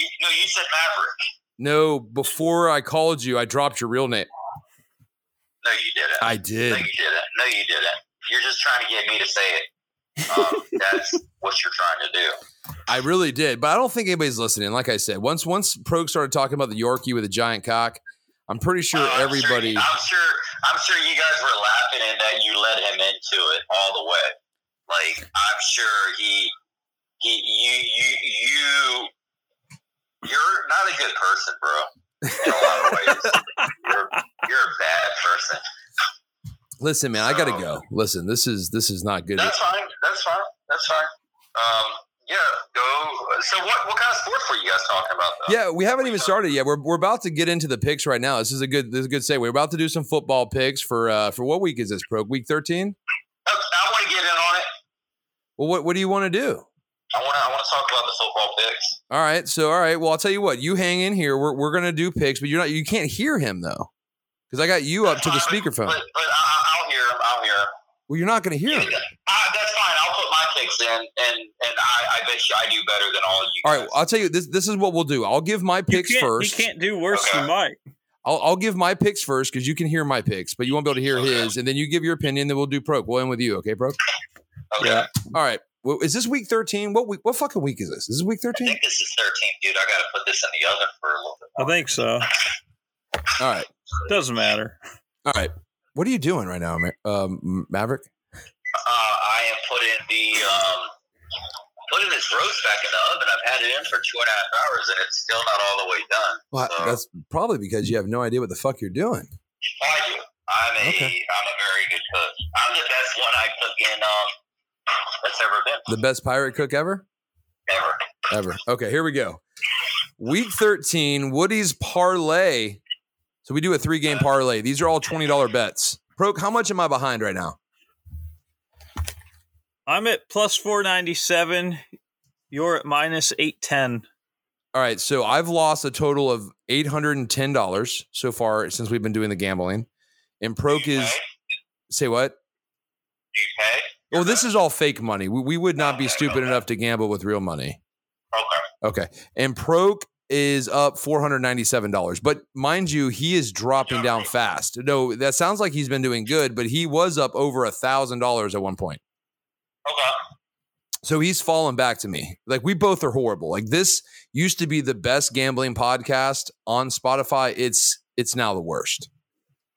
you no, you said Maverick. no, before I called you, I dropped your real name. No, you didn't. I no, did. you didn't. No, you didn't. You're just trying to get me to say it. Um, that's what you're trying to do. I really did. But I don't think anybody's listening. Like I said, once once Proke started talking about the Yorkie with a giant cock, I'm pretty sure Well, Oh, I'm everybody. I'm sure. I'm sure you guys were laughing and that you let him into it all the way. Like I'm sure he, he, you, you, you, you're not a good person, bro. In a lot of ways, you're, you're a bad person. Listen, man, I gotta go. Listen, this is this is not good. Oh. That's fine. That's fine. That's fine. Um, yeah. Go. So what? What kind of sports were you guys talking about? Though? Yeah, we haven't even started yet. We're, we're about to get into the picks right now. This is a good this is a good segue. We're about to do some football picks for uh for what week is this, Pro? Week 13? I, Oh, I want to get in on it. Well, what what do you want to do? I want. to. I want to talk about the football picks. All right. So, all right. Well, I'll tell you what. You hang in here. We're, we're going to do picks, but you're not. You can't hear him though, because I got you up to the That's fine, speakerphone. <laughs> But, but I, I- I'll hear him. I'll hear him. Well, you're not going to hear him. Uh, that's fine. I'll put my picks in, and and I, I bet you I do better than all of you. All guys. right. I'll tell you this. This is what we'll do. I'll give my You picks can't- first. You can't do worse than Mike. I'll, I'll give my picks first because you can hear my picks, but you won't be able to hear his. And then you give your opinion. Then we'll do Proke. We'll end with you. Okay, Proke. okay. yeah. All right. Well, is this week 13? What week? What fucking week is this? Is this week I 13? think this is 13, dude. I got to put this in the oven for a little bit. I think so. All right. Doesn't matter. All right. What are you doing right now, Ma- um, Maverick? Uh, I am putting the um, putting this roast back in the oven. I've had it in for two and a half hours, and it's still not all the way done. Well, Uh. So- that's probably because you have no idea what the fuck you're doing. I do. I'm a Okay. am a very good cook. I'm the best one I cook in um that's ever been The best pirate cook ever. ever. ever. Okay, here we go. Week 13, Woody's parlay. So we do a three game Uh. parlay. These are all $20 bets. Proke, how much am I behind right now? I'm at plus 497. You're at minus 810. All right, so I've lost a total of $810 so far since we've been doing the gambling. And Proke Do you is, pay? say what? Do you pay? Well, this is all fake money. We, we would not be stupid enough to gamble with real money. Okay. Okay. And Proke is up $497. But mind you, he is dropping down fast. No, that sounds like he's been doing good, but he was up over a $1,000 at one point. Okay. So he's fallen back to me. Like we both are horrible. Like this used to be the best gambling podcast on Spotify. It's it's now the worst.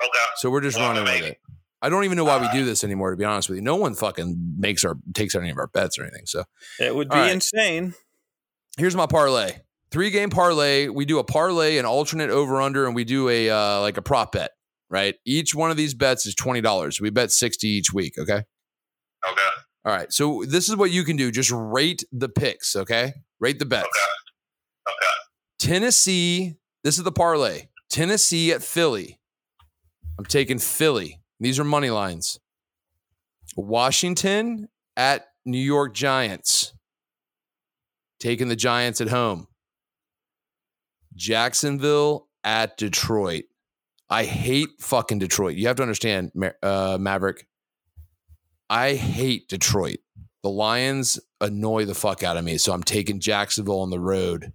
Okay. So we're just running with it. I don't even know why we do this anymore, to be honest with you. No one fucking makes our takes any of our bets or anything. So It would be All right. insane. here's my parlay three game parlay we do a parlay an alternate over under and we do a uh, like a prop bet right each one of these bets is $20 we bet 60 each week okay Okay. all right so this is what you can do just rate the picks okay rate the bets Okay. tennessee this is the parlay tennessee at philly i'm taking philly these are money lines washington at new york giants taking the Giants at home. Jacksonville at Detroit. I hate fucking Detroit. You have to understand, Ma- uh, Maverick. I hate Detroit. The Lions annoy the fuck out of me. So I'm taking Jacksonville on the road.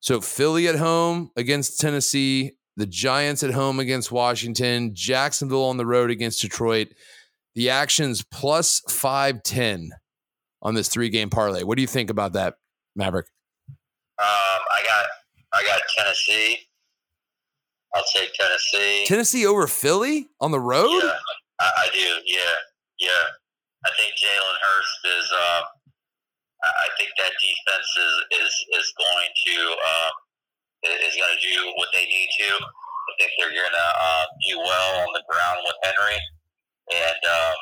So Philly at home against Tennessee, the Giants at home against Washington, Jacksonville on the road against Detroit. The action's plus 510 on this three game parlay. What do you think about that, Maverick? Um, I got I got Tennessee. I'll take Tennessee. Tennessee over Philly on the road? Yeah, I, I do. Yeah, yeah. I think Jalen Hurst is. Um, I I think that defense is is, is going to um, i- is going to do what they need to. I think they're going to um, do well on the ground with Henry, and um,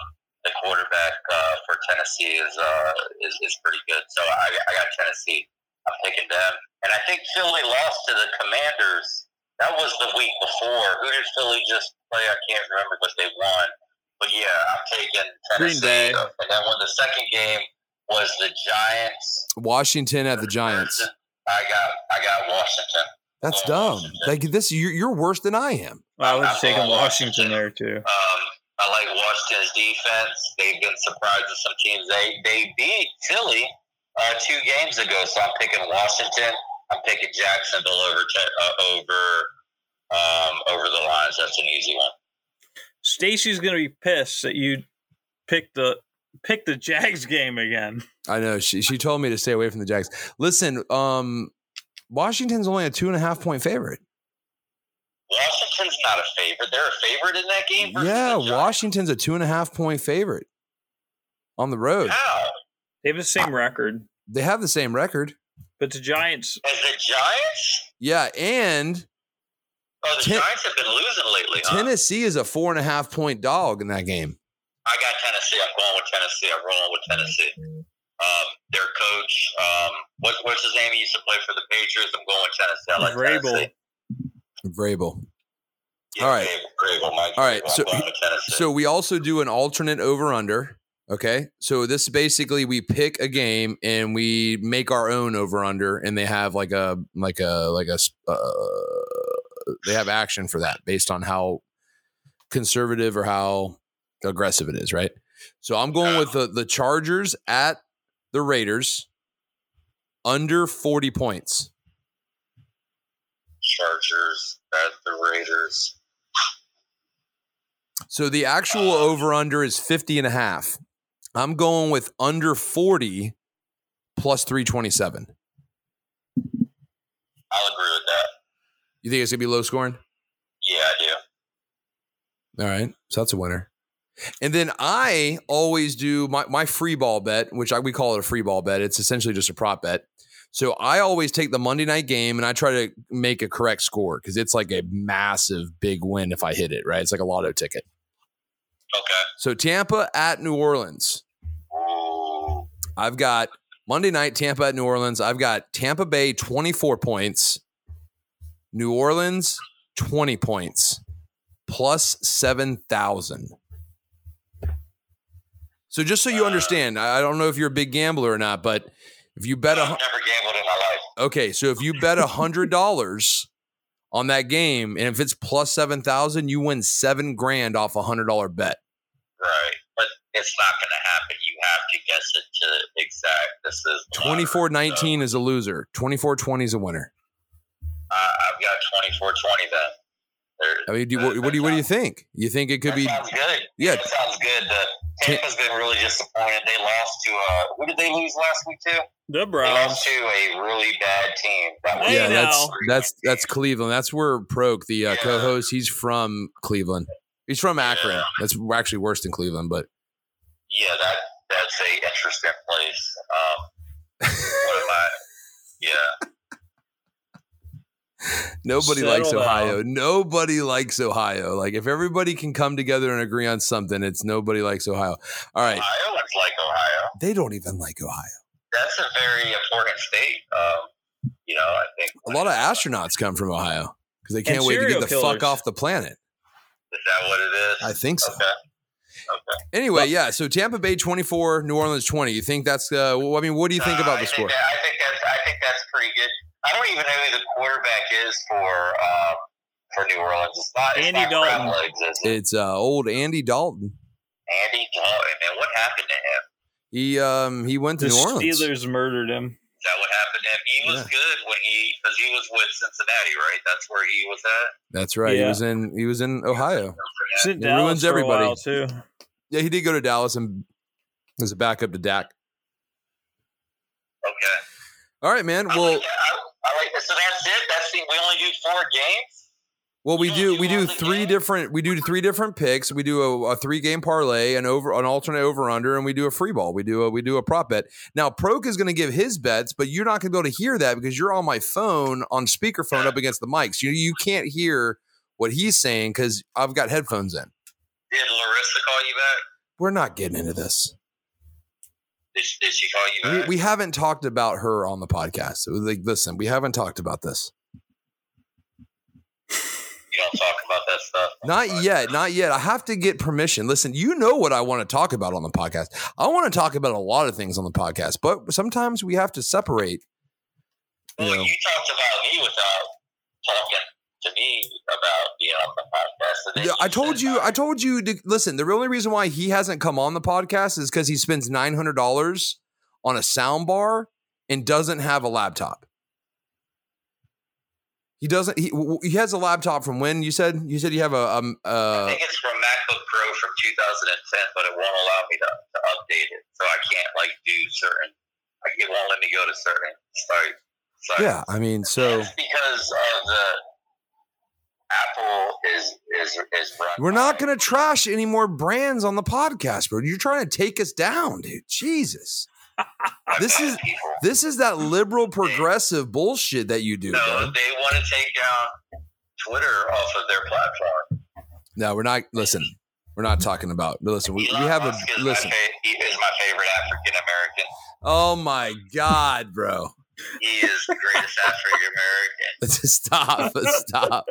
the quarterback uh, for Tennessee is, uh, is is pretty good. So I, I got Tennessee. I'm picking them, and I think Philly lost to the Commanders that was the week before. Who did Philly just play? I can't remember, but they won. But yeah, I'm taking Green Tennessee. Bay. And then when the second game was the Giants. Washington at the Giants. I got I got Washington. That's dumb. Like this, you're, you're worse than I am. I was I'm taking going Washington there, too. Um, I like Washington's defense. They've been surprised with some teams. They they beat Philly uh, two games ago, so I'm picking Washington. I'm picking Jacksonville over te- uh, over um, over the Lions. That's an easy one. Stacy's going to be pissed that you picked the pick the <laughs> Jags game again. I know she she told me to stay away from the Jags. Listen, um, Washington's only a two and a half point favorite. Washington's not a favorite. They're a favorite in that game. versus Yeah, the Giants. Washington's a two and a half point favorite on the road. How They have the same record, They have the same record. but the Giants. as the Giants? Yeah, and Oh, the Ten- Giants have been losing lately. Huh? Tennessee is a four and a half point dog in that game. I got Tennessee. I'm going with Tennessee. I'm rolling with Tennessee. Um, their coach, um, what, what's his name? He used to play for the Patriots. I'm going with Tennessee. I like Vrabel. Tennessee. Vrabel. All right. Vrabel, Vrabel, Mike. All right, Vrabel. I'm so- going with Tennessee. So we also do an alternate over under. Okay. So this basically we pick a game and we make our own over under and they have like a like a like a sp- uh, they have action for that based on how conservative or how aggressive it is, right? So I'm going with the the Chargers at the Raiders under 40 points. Chargers at the Raiders. So the actual over under is 50 and a half. I'm going with under 40 plus 327. I'll agree with that. You think it's going to be low scoring? Yeah, I do. All right. So that's a winner. And then I always do my, my free ball bet, which I, we call it a free ball bet. It's essentially just a prop bet. So I always take the Monday night game and I try to make a correct score because it's like a massive big win if I hit it, right? It's like a lotto ticket. Okay. So Tampa at New Orleans. Ooh. I've got Monday night Tampa at New Orleans. I've got Tampa Bay 24 points, New Orleans 20 points, plus 7,000. So just so you understand, I I don't know if you're a big gambler or not, but if you bet I've a hun- never gambled in my life. okay, so if you bet a hundred dollars on that game, and if it's plus seven thousand, you win seven grand off a hundred dollar bet. Right. But it's not going to happen. You have to guess it to exact. This is the Twenty four nineteen lottery, is a loser. Twenty four twenty is a winner. so I, I've got 24 20 then. There, I mean, do, what, what do you what do you think? You think it could that be? sounds good. Yeah. That sounds good. Uh, Ten- Tampa's been really disappointed. They lost to, uh, who did they lose last week to? The They Browns. lost to a really bad team. That was I Yeah, know. that's that's that's Cleveland. That's where Proke, the uh, Yeah. co-host, he's from Cleveland. He's from Akron. Yeah. That's actually worse than Cleveland, but yeah, that that's a interesting place. <laughs> Um, what am I? Yeah, nobody Settle likes down. Ohio. Nobody likes Ohio. Like if everybody can come together and agree on something, it's nobody likes Ohio. All right, Iowans like Ohio. they don't even like Ohio. That's a very important state. Um, you know, I think A lot of astronauts come from Ohio because they can't wait to get serial the killers. fuck off the planet. Is that what it is? I think so. Okay. Anyway, yeah. So Tampa Bay twenty four, New Orleans twenty. You think that's? Uh, well, I mean, what do you think Uh, about I the score? That, I think that's I think that's pretty good. I don't even know who the quarterback is for um, for New Orleans. It's not it's Andy not crab Dalton. Legs, is it? It's uh, old Andy Dalton. Andy Dalton. Man, what happened to him? He um he went to The New Orleans. Steelers murdered him. Is that what happened to him? He was Yeah. good when he because he was with Cincinnati, right? That's where he was at. That's right. He Yeah. was in he was in Ohio. He's in It Dallas ruins for everybody. a while too. Yeah, he did go to Dallas and was a backup to Dak. Okay. All right, man. I Well, like that. I, I like that. So that's it. That's the we only do four games. well, we Yeah, do you we do want the three game? different we do three different picks. We do a, a three game parlay, an over, an alternate over under, and we do a free ball. We do a we do a prop bet. Now, Proke is going to give his bets, but you're not going to be able to hear that because you're on my phone on speakerphone up against the mics. You you can't hear what he's saying because I've got headphones in. Did Larissa call you back? We're not getting into this. Did, did she call you we, back? we haven't talked about her on the podcast. So, Like, listen, we haven't talked about this. you don't talk about that stuff. Not yet. Not yet. I have to get permission. Listen, you know what I want to talk about on the podcast. I want to talk about a lot of things on the podcast, but sometimes we have to separate. You Well, know, you talked about me without talking to me about being on the podcast. and then Yeah, I told said you. I that. told you. To, listen, the only reason why he hasn't come on the podcast is because he spends nine hundred dollars on a sound bar and doesn't have a laptop. He doesn't. He, w- w- he has a laptop from when you said you said you have a um I uh think it's from MacBook Pro from 2010, but it won't allow me to, to update it, so I can't like do certain. Like, it won't let me go to certain. Sorry. Sorry. yeah. I mean, so That's because of the Apple is is is run. We're not by- going to trash any more brands on the podcast, bro. You're trying to take us down, dude. Jesus. I've this got is- people. This is that <laughs> liberal progressive bullshit that you do. No, bro. they want to take down Twitter off of their platform. No, we're not. Listen, we're not talking about. Listen, we, we Elon have a Musk is listen. My fa- he is my favorite African American. Oh my god, bro! <laughs> He is the greatest African American. Stop! <laughs> Stop!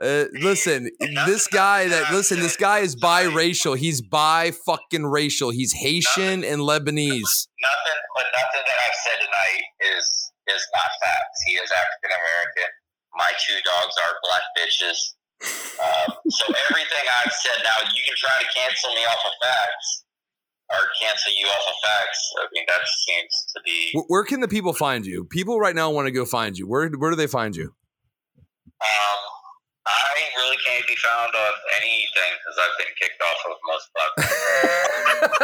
Uh, listen, this guy that listen, this guy is biracial. He's bi fucking racial. He's Haitian and Lebanese. Nothing, but nothing that I've said tonight is is not facts. He is African American. My two dogs are black bitches. Um, so everything I've said now, you can try to cancel me off of facts or cancel you off of facts. I mean, that seems to be. Where, where can the people find you? People right now want to go find you. Where where do they find <laughs> you? Um, I really can't be found on anything because I've been kicked off of most platforms.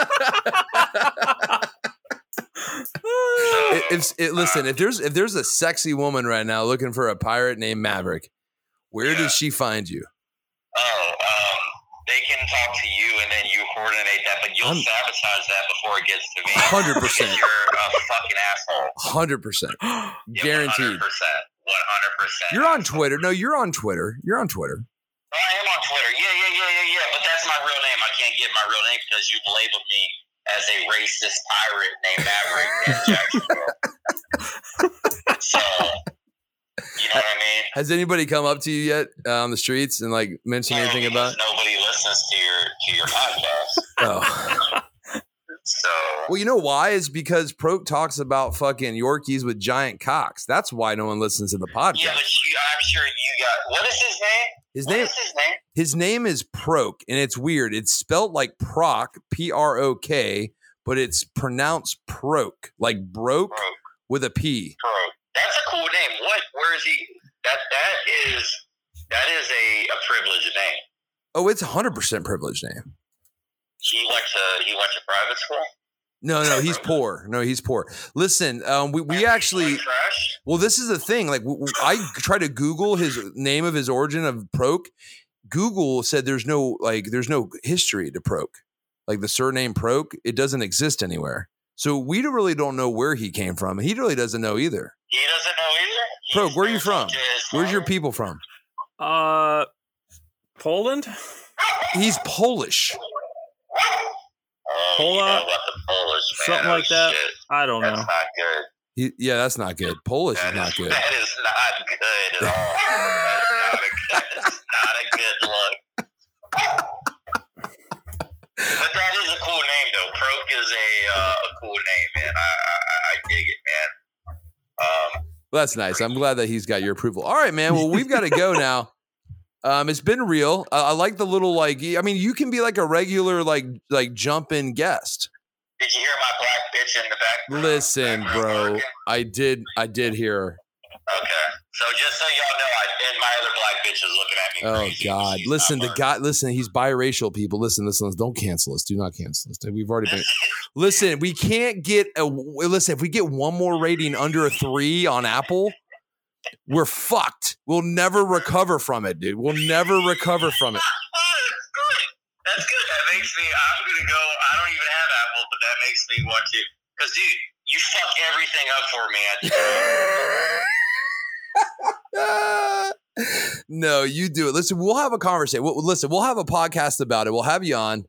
If, if- <laughs> it- listen, if there's if there's a sexy woman right now looking for a pirate named Maverick, where Yeah. does she find you? Oh, um, they can talk to you, and then you coordinate that, but you'll I'm- sabotage that before it gets to me. 100%. Because You're a fucking asshole. Hundred percent, <gasps> Yeah, guaranteed. 100%. 100%. You're on Twitter. No, you're on Twitter. You're on Twitter. Oh, I am on Twitter. Yeah, yeah, yeah, yeah, yeah. But that's my real name. I can't get my real name because you've labeled me as a racist pirate named Maverick <laughs> in Jacksonville. so, you know what I mean? Has anybody come up to you yet uh, on the streets and like mentioned anything about? Because Nobody listens to your to your podcast. Oh, So, well, you know why? Is because Proke talks about fucking Yorkies with giant cocks. That's why no one listens to the yeah, podcast. but you, I'm sure you got. What is his name? His What name is his name? his name is Proke, and it's weird. It's spelled like Proc, P R O K, but it's pronounced Proke, like broke Bro, with a P. bro. That's a cool name. What? Where is he? That that is that is a, a privileged name. Oh, it's a hundred percent privileged name. He went to he went to private school. No, no, he's poor. No, he's poor. Listen, um, we, we He's actually like trash. Well, this is the thing. Like, w- w- I try to Google his name of his origin of Proke. Google said there's no like there's no history to Proke. Like the surname Proke, it doesn't exist anywhere. So we don't- really don't know where he came from. He really doesn't know either. He doesn't know either. He's Bro, where are you from? to his Where's your father. people from? Uh, Poland. He's Polish. Oh, Pull you know up. about the Polish man. Something Oh, like that. shit. I don't That's know. not good. He, yeah, that's not good. Polish is That not is, good. that is not good <laughs> at all. That's not a good, that's not a good look. But that is a cool name, though. Proke is a, uh, a cool name, man. I, I, I- I dig it, man. Um, That's nice. I'm glad that he's got your approval. All right, man. Well, we've got to <laughs> go now. Um, it's been real. I, I like the little like. I mean, you can be like a regular like like jump in guest. did you hear my black bitch in the back? Listen, bro. I did. I did hear. Okay. So just so y'all know, I, and my other black bitch is looking at me. Oh crazy. God. She's Listen, not the guy. Listen, he's biracial. People, listen, listen. listen. Don't cancel us. Do not cancel us. We've already been. Listen, we can't get a. Listen, if we get one more rating under a three on Apple, we're fucked. We'll never recover from it, dude. We'll never recover from it. Oh, that's good. That's good. That makes me. I'm gonna go. I don't even have Apple, but that makes me want to. Cause dude, you fuck everything up for me. I, <laughs> no, you do it. Listen, we'll have a conversation. We'll, listen, we'll have a podcast about it. We'll have you on.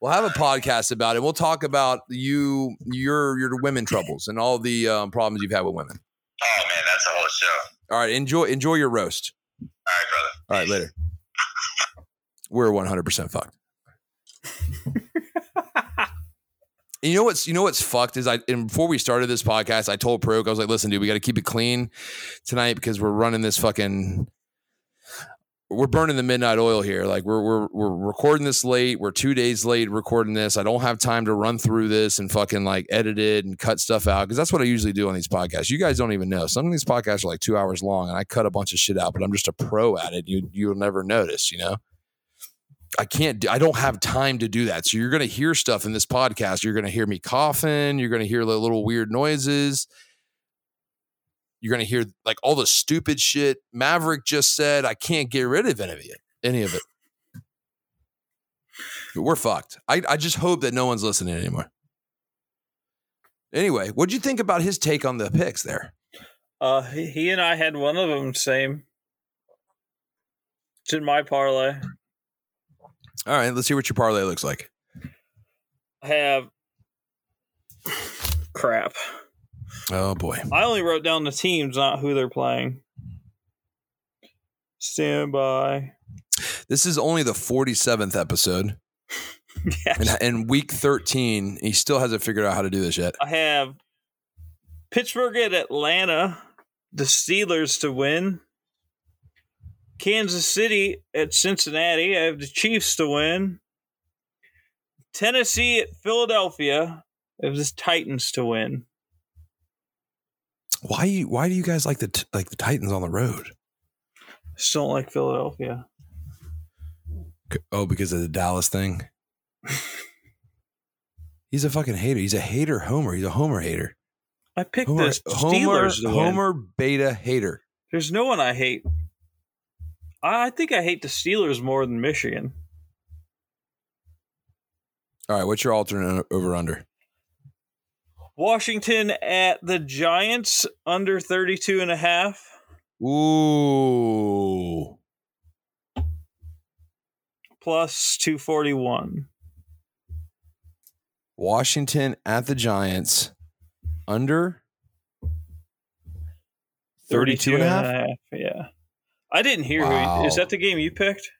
We'll have a podcast about it. We'll talk about you, your, your women troubles and all the um, problems you've had with women. <laughs> oh man, that's a whole show. All right, enjoy, enjoy your roast. All right, brother. All right, later. We're one hundred percent fucked. And you know what's you know what's fucked is I and before we started this podcast, I told Proke, I was like, listen, dude, we got to keep it clean tonight because we're running this fucking we're burning the midnight oil here. Like we're we're we're recording this late. We're two days late recording this. I don't have time to run through this and fucking like edit it and cut stuff out because that's what I usually do on these podcasts. You guys don't even know. Some of these podcasts are like two hours long, and I cut a bunch of shit out. But I'm just a pro at it. You you'll never notice, you know. I can't do, I don't have time to do that. So you're going to hear stuff in this podcast. You're going to hear me coughing. You're going to hear the little weird noises. You're going to hear like all the stupid shit Maverick just said. I can't get rid of any of it. Any of it. But we're fucked. I, I just hope that no one's listening anymore. Anyway, what'd you think about his take on the picks there? Uh, he, he and I had one of them same. It's in my parlay. All right, let's see what your parlay looks like. I have crap. Oh boy. I only wrote down the teams, not who they're playing. Stand by. This is only the 47th <laughs> episode. Yes. And, and week 13, he still hasn't figured out how to do this yet. I have Pittsburgh at Atlanta, the Steelers to win. Kansas City at Cincinnati. I have the Chiefs to win. Tennessee at Philadelphia. I have the Titans to win. Why you why do you guys like the t- like the Titans on the road? I just don't like Philadelphia. C- Oh, because of the Dallas <laughs> thing. He's a fucking hater. He's a hater homer. He's a homer hater. I picked Homer, the homer, Steelers to win. homer beta hater. There's no one I hate. I I think I hate the Steelers more than Michigan. All right, what's your alternate over under? Washington at the Giants under 32 and a half. Ooh. plus 241. Washington at the Giants under 32 and a half. Yeah. I didn't hear who. Wow. Is that the game you picked?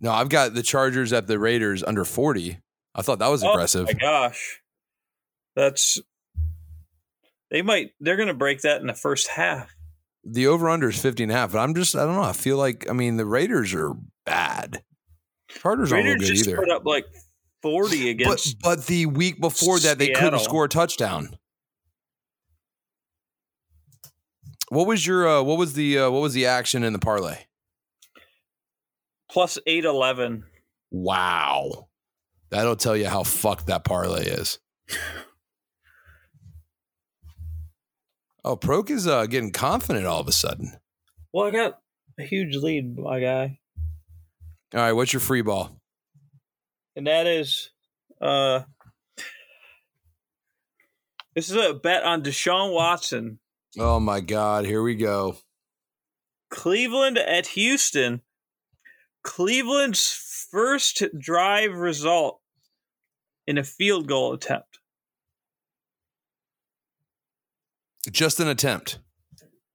No, I've got the Chargers at the Raiders under 40. I thought that was Oh, impressive. My gosh. That's. They might. They're going to break that in the first half. the over under is 50 and a half, but I'm just, I don't know. I feel like, I mean, the Raiders are bad. Chargers aren't Raiders real good just put either. up like 40 But, against. but the week before that, they couldn't Seattle. score a touchdown. What was your uh, what was the uh, what was the action in the parlay? plus 811. Wow. That'll tell you how fucked that parlay is. Oh, Proke is uh, getting confident all of a sudden. Well, I got a huge lead, my guy. All right, what's your free ball? And that is. uh This is a bet on Deshaun Watson. Oh my God, here we go. Cleveland at Houston. Cleveland's first drive result in a field goal attempt. Just an attempt.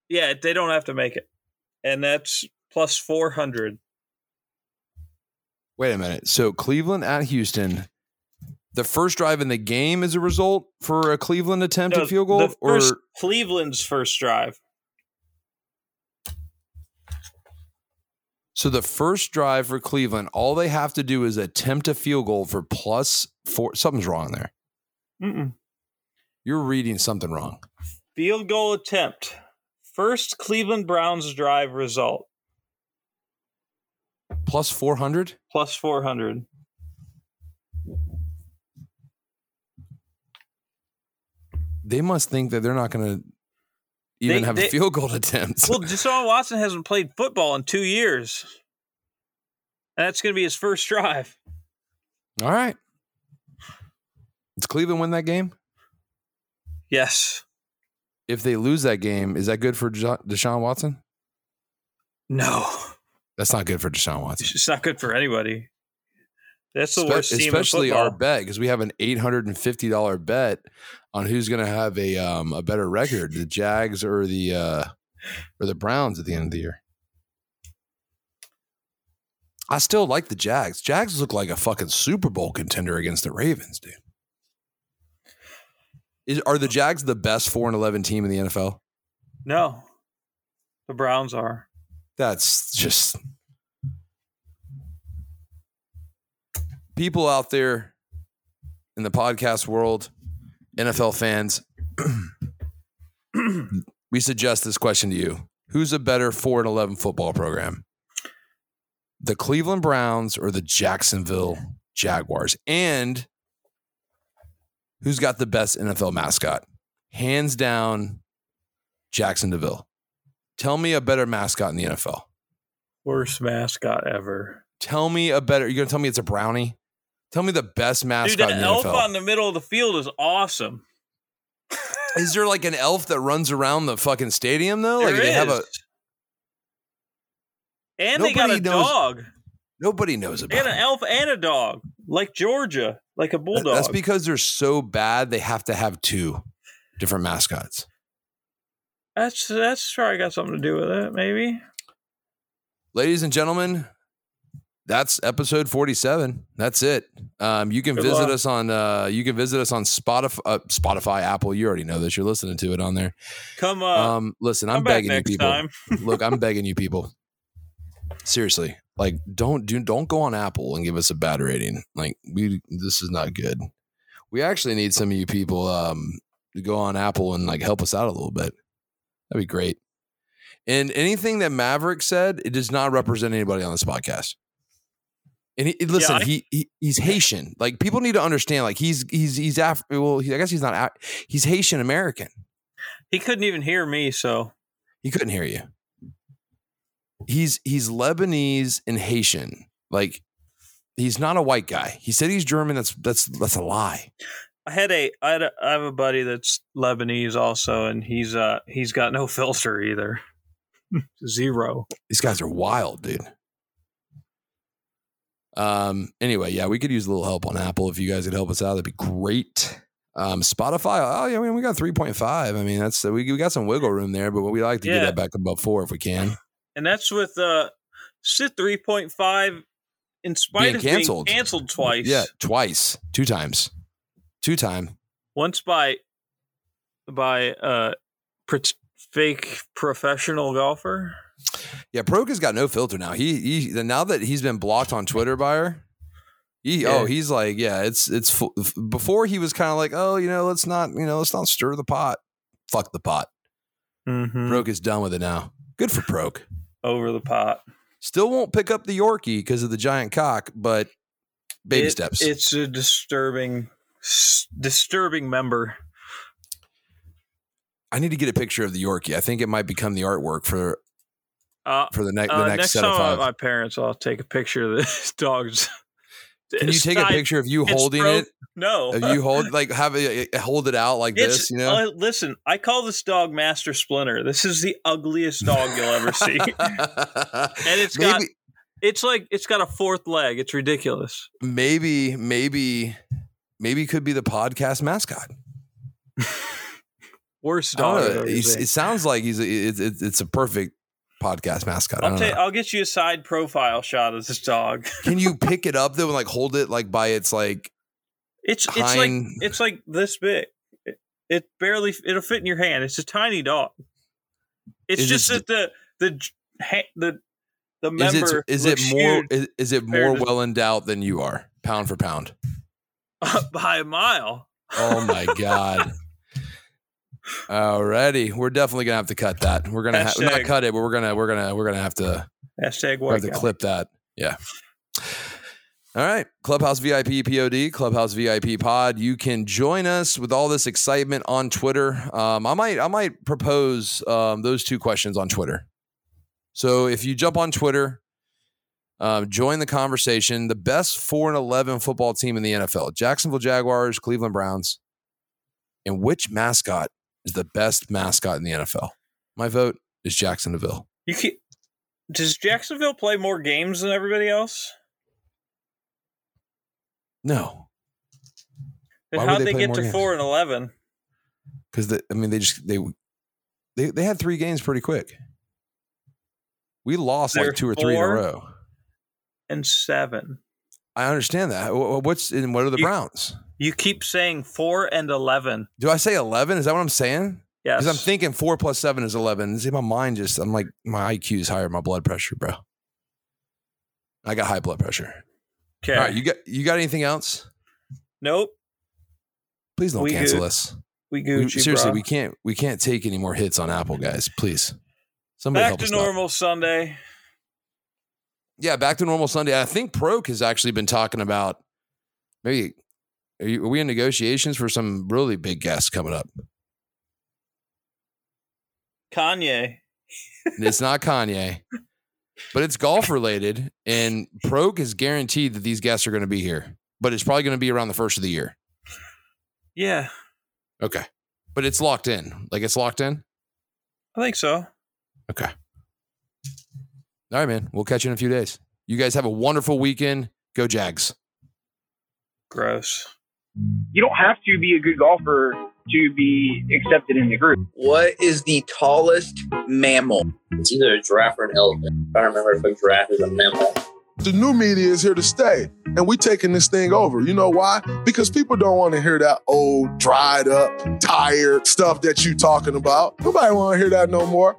Yeah, they don't have to make it. And that's plus 400. Wait a minute. So Cleveland at Houston, the first drive in the game is a result for a Cleveland attempt No, at field goal, the or first- Cleveland's first drive. so the first drive for Cleveland. All they have to do is attempt a field goal for plus four. Something's wrong there. Mm-mm. You're reading something wrong. Field goal attempt. First Cleveland Browns drive result. Plus four hundred. Plus 400. they must think that they're not going to even They- have they- a field goal <laughs> attempt. Well, Deshaun Watson hasn't played football in two years. And that's going to be his first drive. All right. Does Cleveland win that game? Yes. If they lose that game, is that good for Jo- Deshaun Watson? No. <laughs> That's not good for Deshaun Watson. It's just not good for anybody. That's the Spe- worst team especially in our football. bet because we have an eight hundred and fifty dollar bet on who's going to have a um, a better record, the Jags or the uh, or the Browns at the end of the year. I still like the Jags. Jags look like a fucking Super Bowl contender against the Ravens, dude. Is, are the Jags the best four and eleven team in the NFL? no, the Browns are. That's just people out there in the podcast world, NFL fans. <clears throat> we suggest this question to you: Who's a better four and eleven football program, the Cleveland Browns or the Jacksonville Jaguars? And who's got the best NFL mascot? Hands down, Jackson DeVille. Tell me a better mascot in the NFL. Worst mascot ever. Tell me a better. You're gonna tell me it's a brownie. Tell me the best mascot Dude, in that the elf NFL. on the middle of the field is awesome. is there like an elf that runs around the fucking stadium though? like There they have is. a and they got a Nobody knows- dog nobody knows and about. an it. elf and a dog, like Georgia, like a bulldog. That's because they're so bad they have to have two different mascots. That's that's probably got something to do with it, maybe. ladies and gentlemen that's episode 47 that's it um, you can Good visit luck. us on uh, you can visit us on spotify uh, spotify apple you already know this you're listening to it on there Come uh, um, listen come i'm back begging you next people time. look i'm begging you people seriously like don't do don't go on apple and give us a bad rating like we this is not good we actually need some of you people um to go on apple and like help us out a little bit that'd be great and anything that maverick said it does not represent anybody on this podcast and he, listen I- he, he he's haitian like people need to understand like he's he's he's af well he, i guess he's not Af- he's haitian american He couldn't even hear me, so he couldn't hear you. He's he's Lebanese and Haitian. Like he's not a white guy. He said he's German. That's that's that's a lie. I had a I, had a I have a buddy that's Lebanese also, and he's uh he's got no <laughs> filter either, zero. These guys are wild, dude. Um. Anyway, yeah, we could use a little help on Apple if you guys could help us out. That'd be great. Um, Spotify. Oh yeah, I mean we got three point five. I mean that's we we got some wiggle room there, but we like to get Yeah. that back above four if we can. and that's with uh Sid three point five in spite Being of canceled. being canceled twice. Yeah, twice, two times, two time. Once by by uh pr- fake professional golfer. Yeah, Proka's got no filter now. He, he now that he's been blocked on Twitter by her, he Yeah. oh he's like yeah it's it's fu- f- before he was kind of like oh you know let's not you know let's not stir the pot. Fuck the pot. Mm-hmm. Proke is done with it now. Good for Proke. Over the pot. Still won't pick up the Yorkie because of the giant cock, but baby It- steps. It's a disturbing s- disturbing member. I need to get a picture of the Yorkie. I think it might become the artwork for Uh, for the, ne- the uh, next, next set time of I'm at five. my parents, I'll take a picture of this <laughs> dog's. Can you take a Side- picture of you it's holding Pro- it? No. Of you hold like have it hold it out like <laughs> It's- this? You know. uh, listen, I call this dog Master Splinter. This is the ugliest dog you'll <laughs> ever <laughs> see. and it's got- It's like it's got a fourth leg. It's ridiculous. maybe maybe maybe could be the podcast mascot. Worst I don't dog. I've know. ever He's- seen. it sounds like he's a, it's it's it's a perfect podcast mascot. I I'll, don't ta- know. I'll get you a side profile shot of this dog. Can <laughs> you pick it up though and like hold it like by its like It's it's like hind? it's like this big. It, it barely it'll fit in your hand. It's a tiny dog. It's Is just it- that the the j- ha- the the is it member is it looks more huge <laughs> is, is it more compared to- well endowed than you are pound for pound? by a mile. Oh my god. <laughs> Alrighty, we're definitely gonna have to cut that. We're gonna ha- not Hashtag. cut it, but we're gonna we're gonna we're gonna have to Hashtag we have white to guy. clip that. Yeah. All right. Clubhouse VIP POD, Clubhouse VIP Pod. You can join us with all this excitement on Twitter. Um, I might I might propose um, those two questions on Twitter. So if you jump on Twitter, um, join the conversation. The best four and eleven football team in the NFL: Jacksonville Jaguars, Cleveland Browns, and which mascot is the best mascot in the NFL? My vote is Jacksonville. You can, does Jacksonville play more games than everybody else? No, Then Why would how'd they they, play get more to games? four and eleven? because I mean they just they they they had three games pretty quick. We lost They're like two or three in a four. row. and seven. I- I understand that. Wh- wh- What's and what are the You- Browns? You keep saying four and eleven. Do I say eleven? Is that what I'm saying? Yes, Because I'm thinking four plus seven is eleven. See, my mind just I'm like my IQ is higher, my blood pressure, bro. I got high blood pressure. Okay. All right, you got you got anything else? nope. Please don't We cancel good. us. We We- Gucci. seriously, bruh. we can't we can't take any more hits on Apple, guys. Please, somebody back help to us out. normal Sunday. yeah, back to normal Sunday. I think Proke has actually been talking about maybe are, you, are we in negotiations for some really big guests coming up? Kanye. it's not Kanye, but it's golf related. And Prog is guaranteed that these guests are going to be here, but it's probably going to be around the first of the year. Yeah, Okay. But it's locked in. Like it's locked in. I think so. All right, man. We'll catch you in a few days. You guys have a wonderful weekend. Go Jags. Gross. You don't have to be a good golfer to be accepted in the group. What is the tallest mammal? It's either a giraffe or an elephant. I don't remember if a giraffe is a mammal. The new media is here to stay, and we taking this thing over. You know why? Because people don't want to hear that old, dried up, tired stuff that you talking about. Nobody want to hear that no more.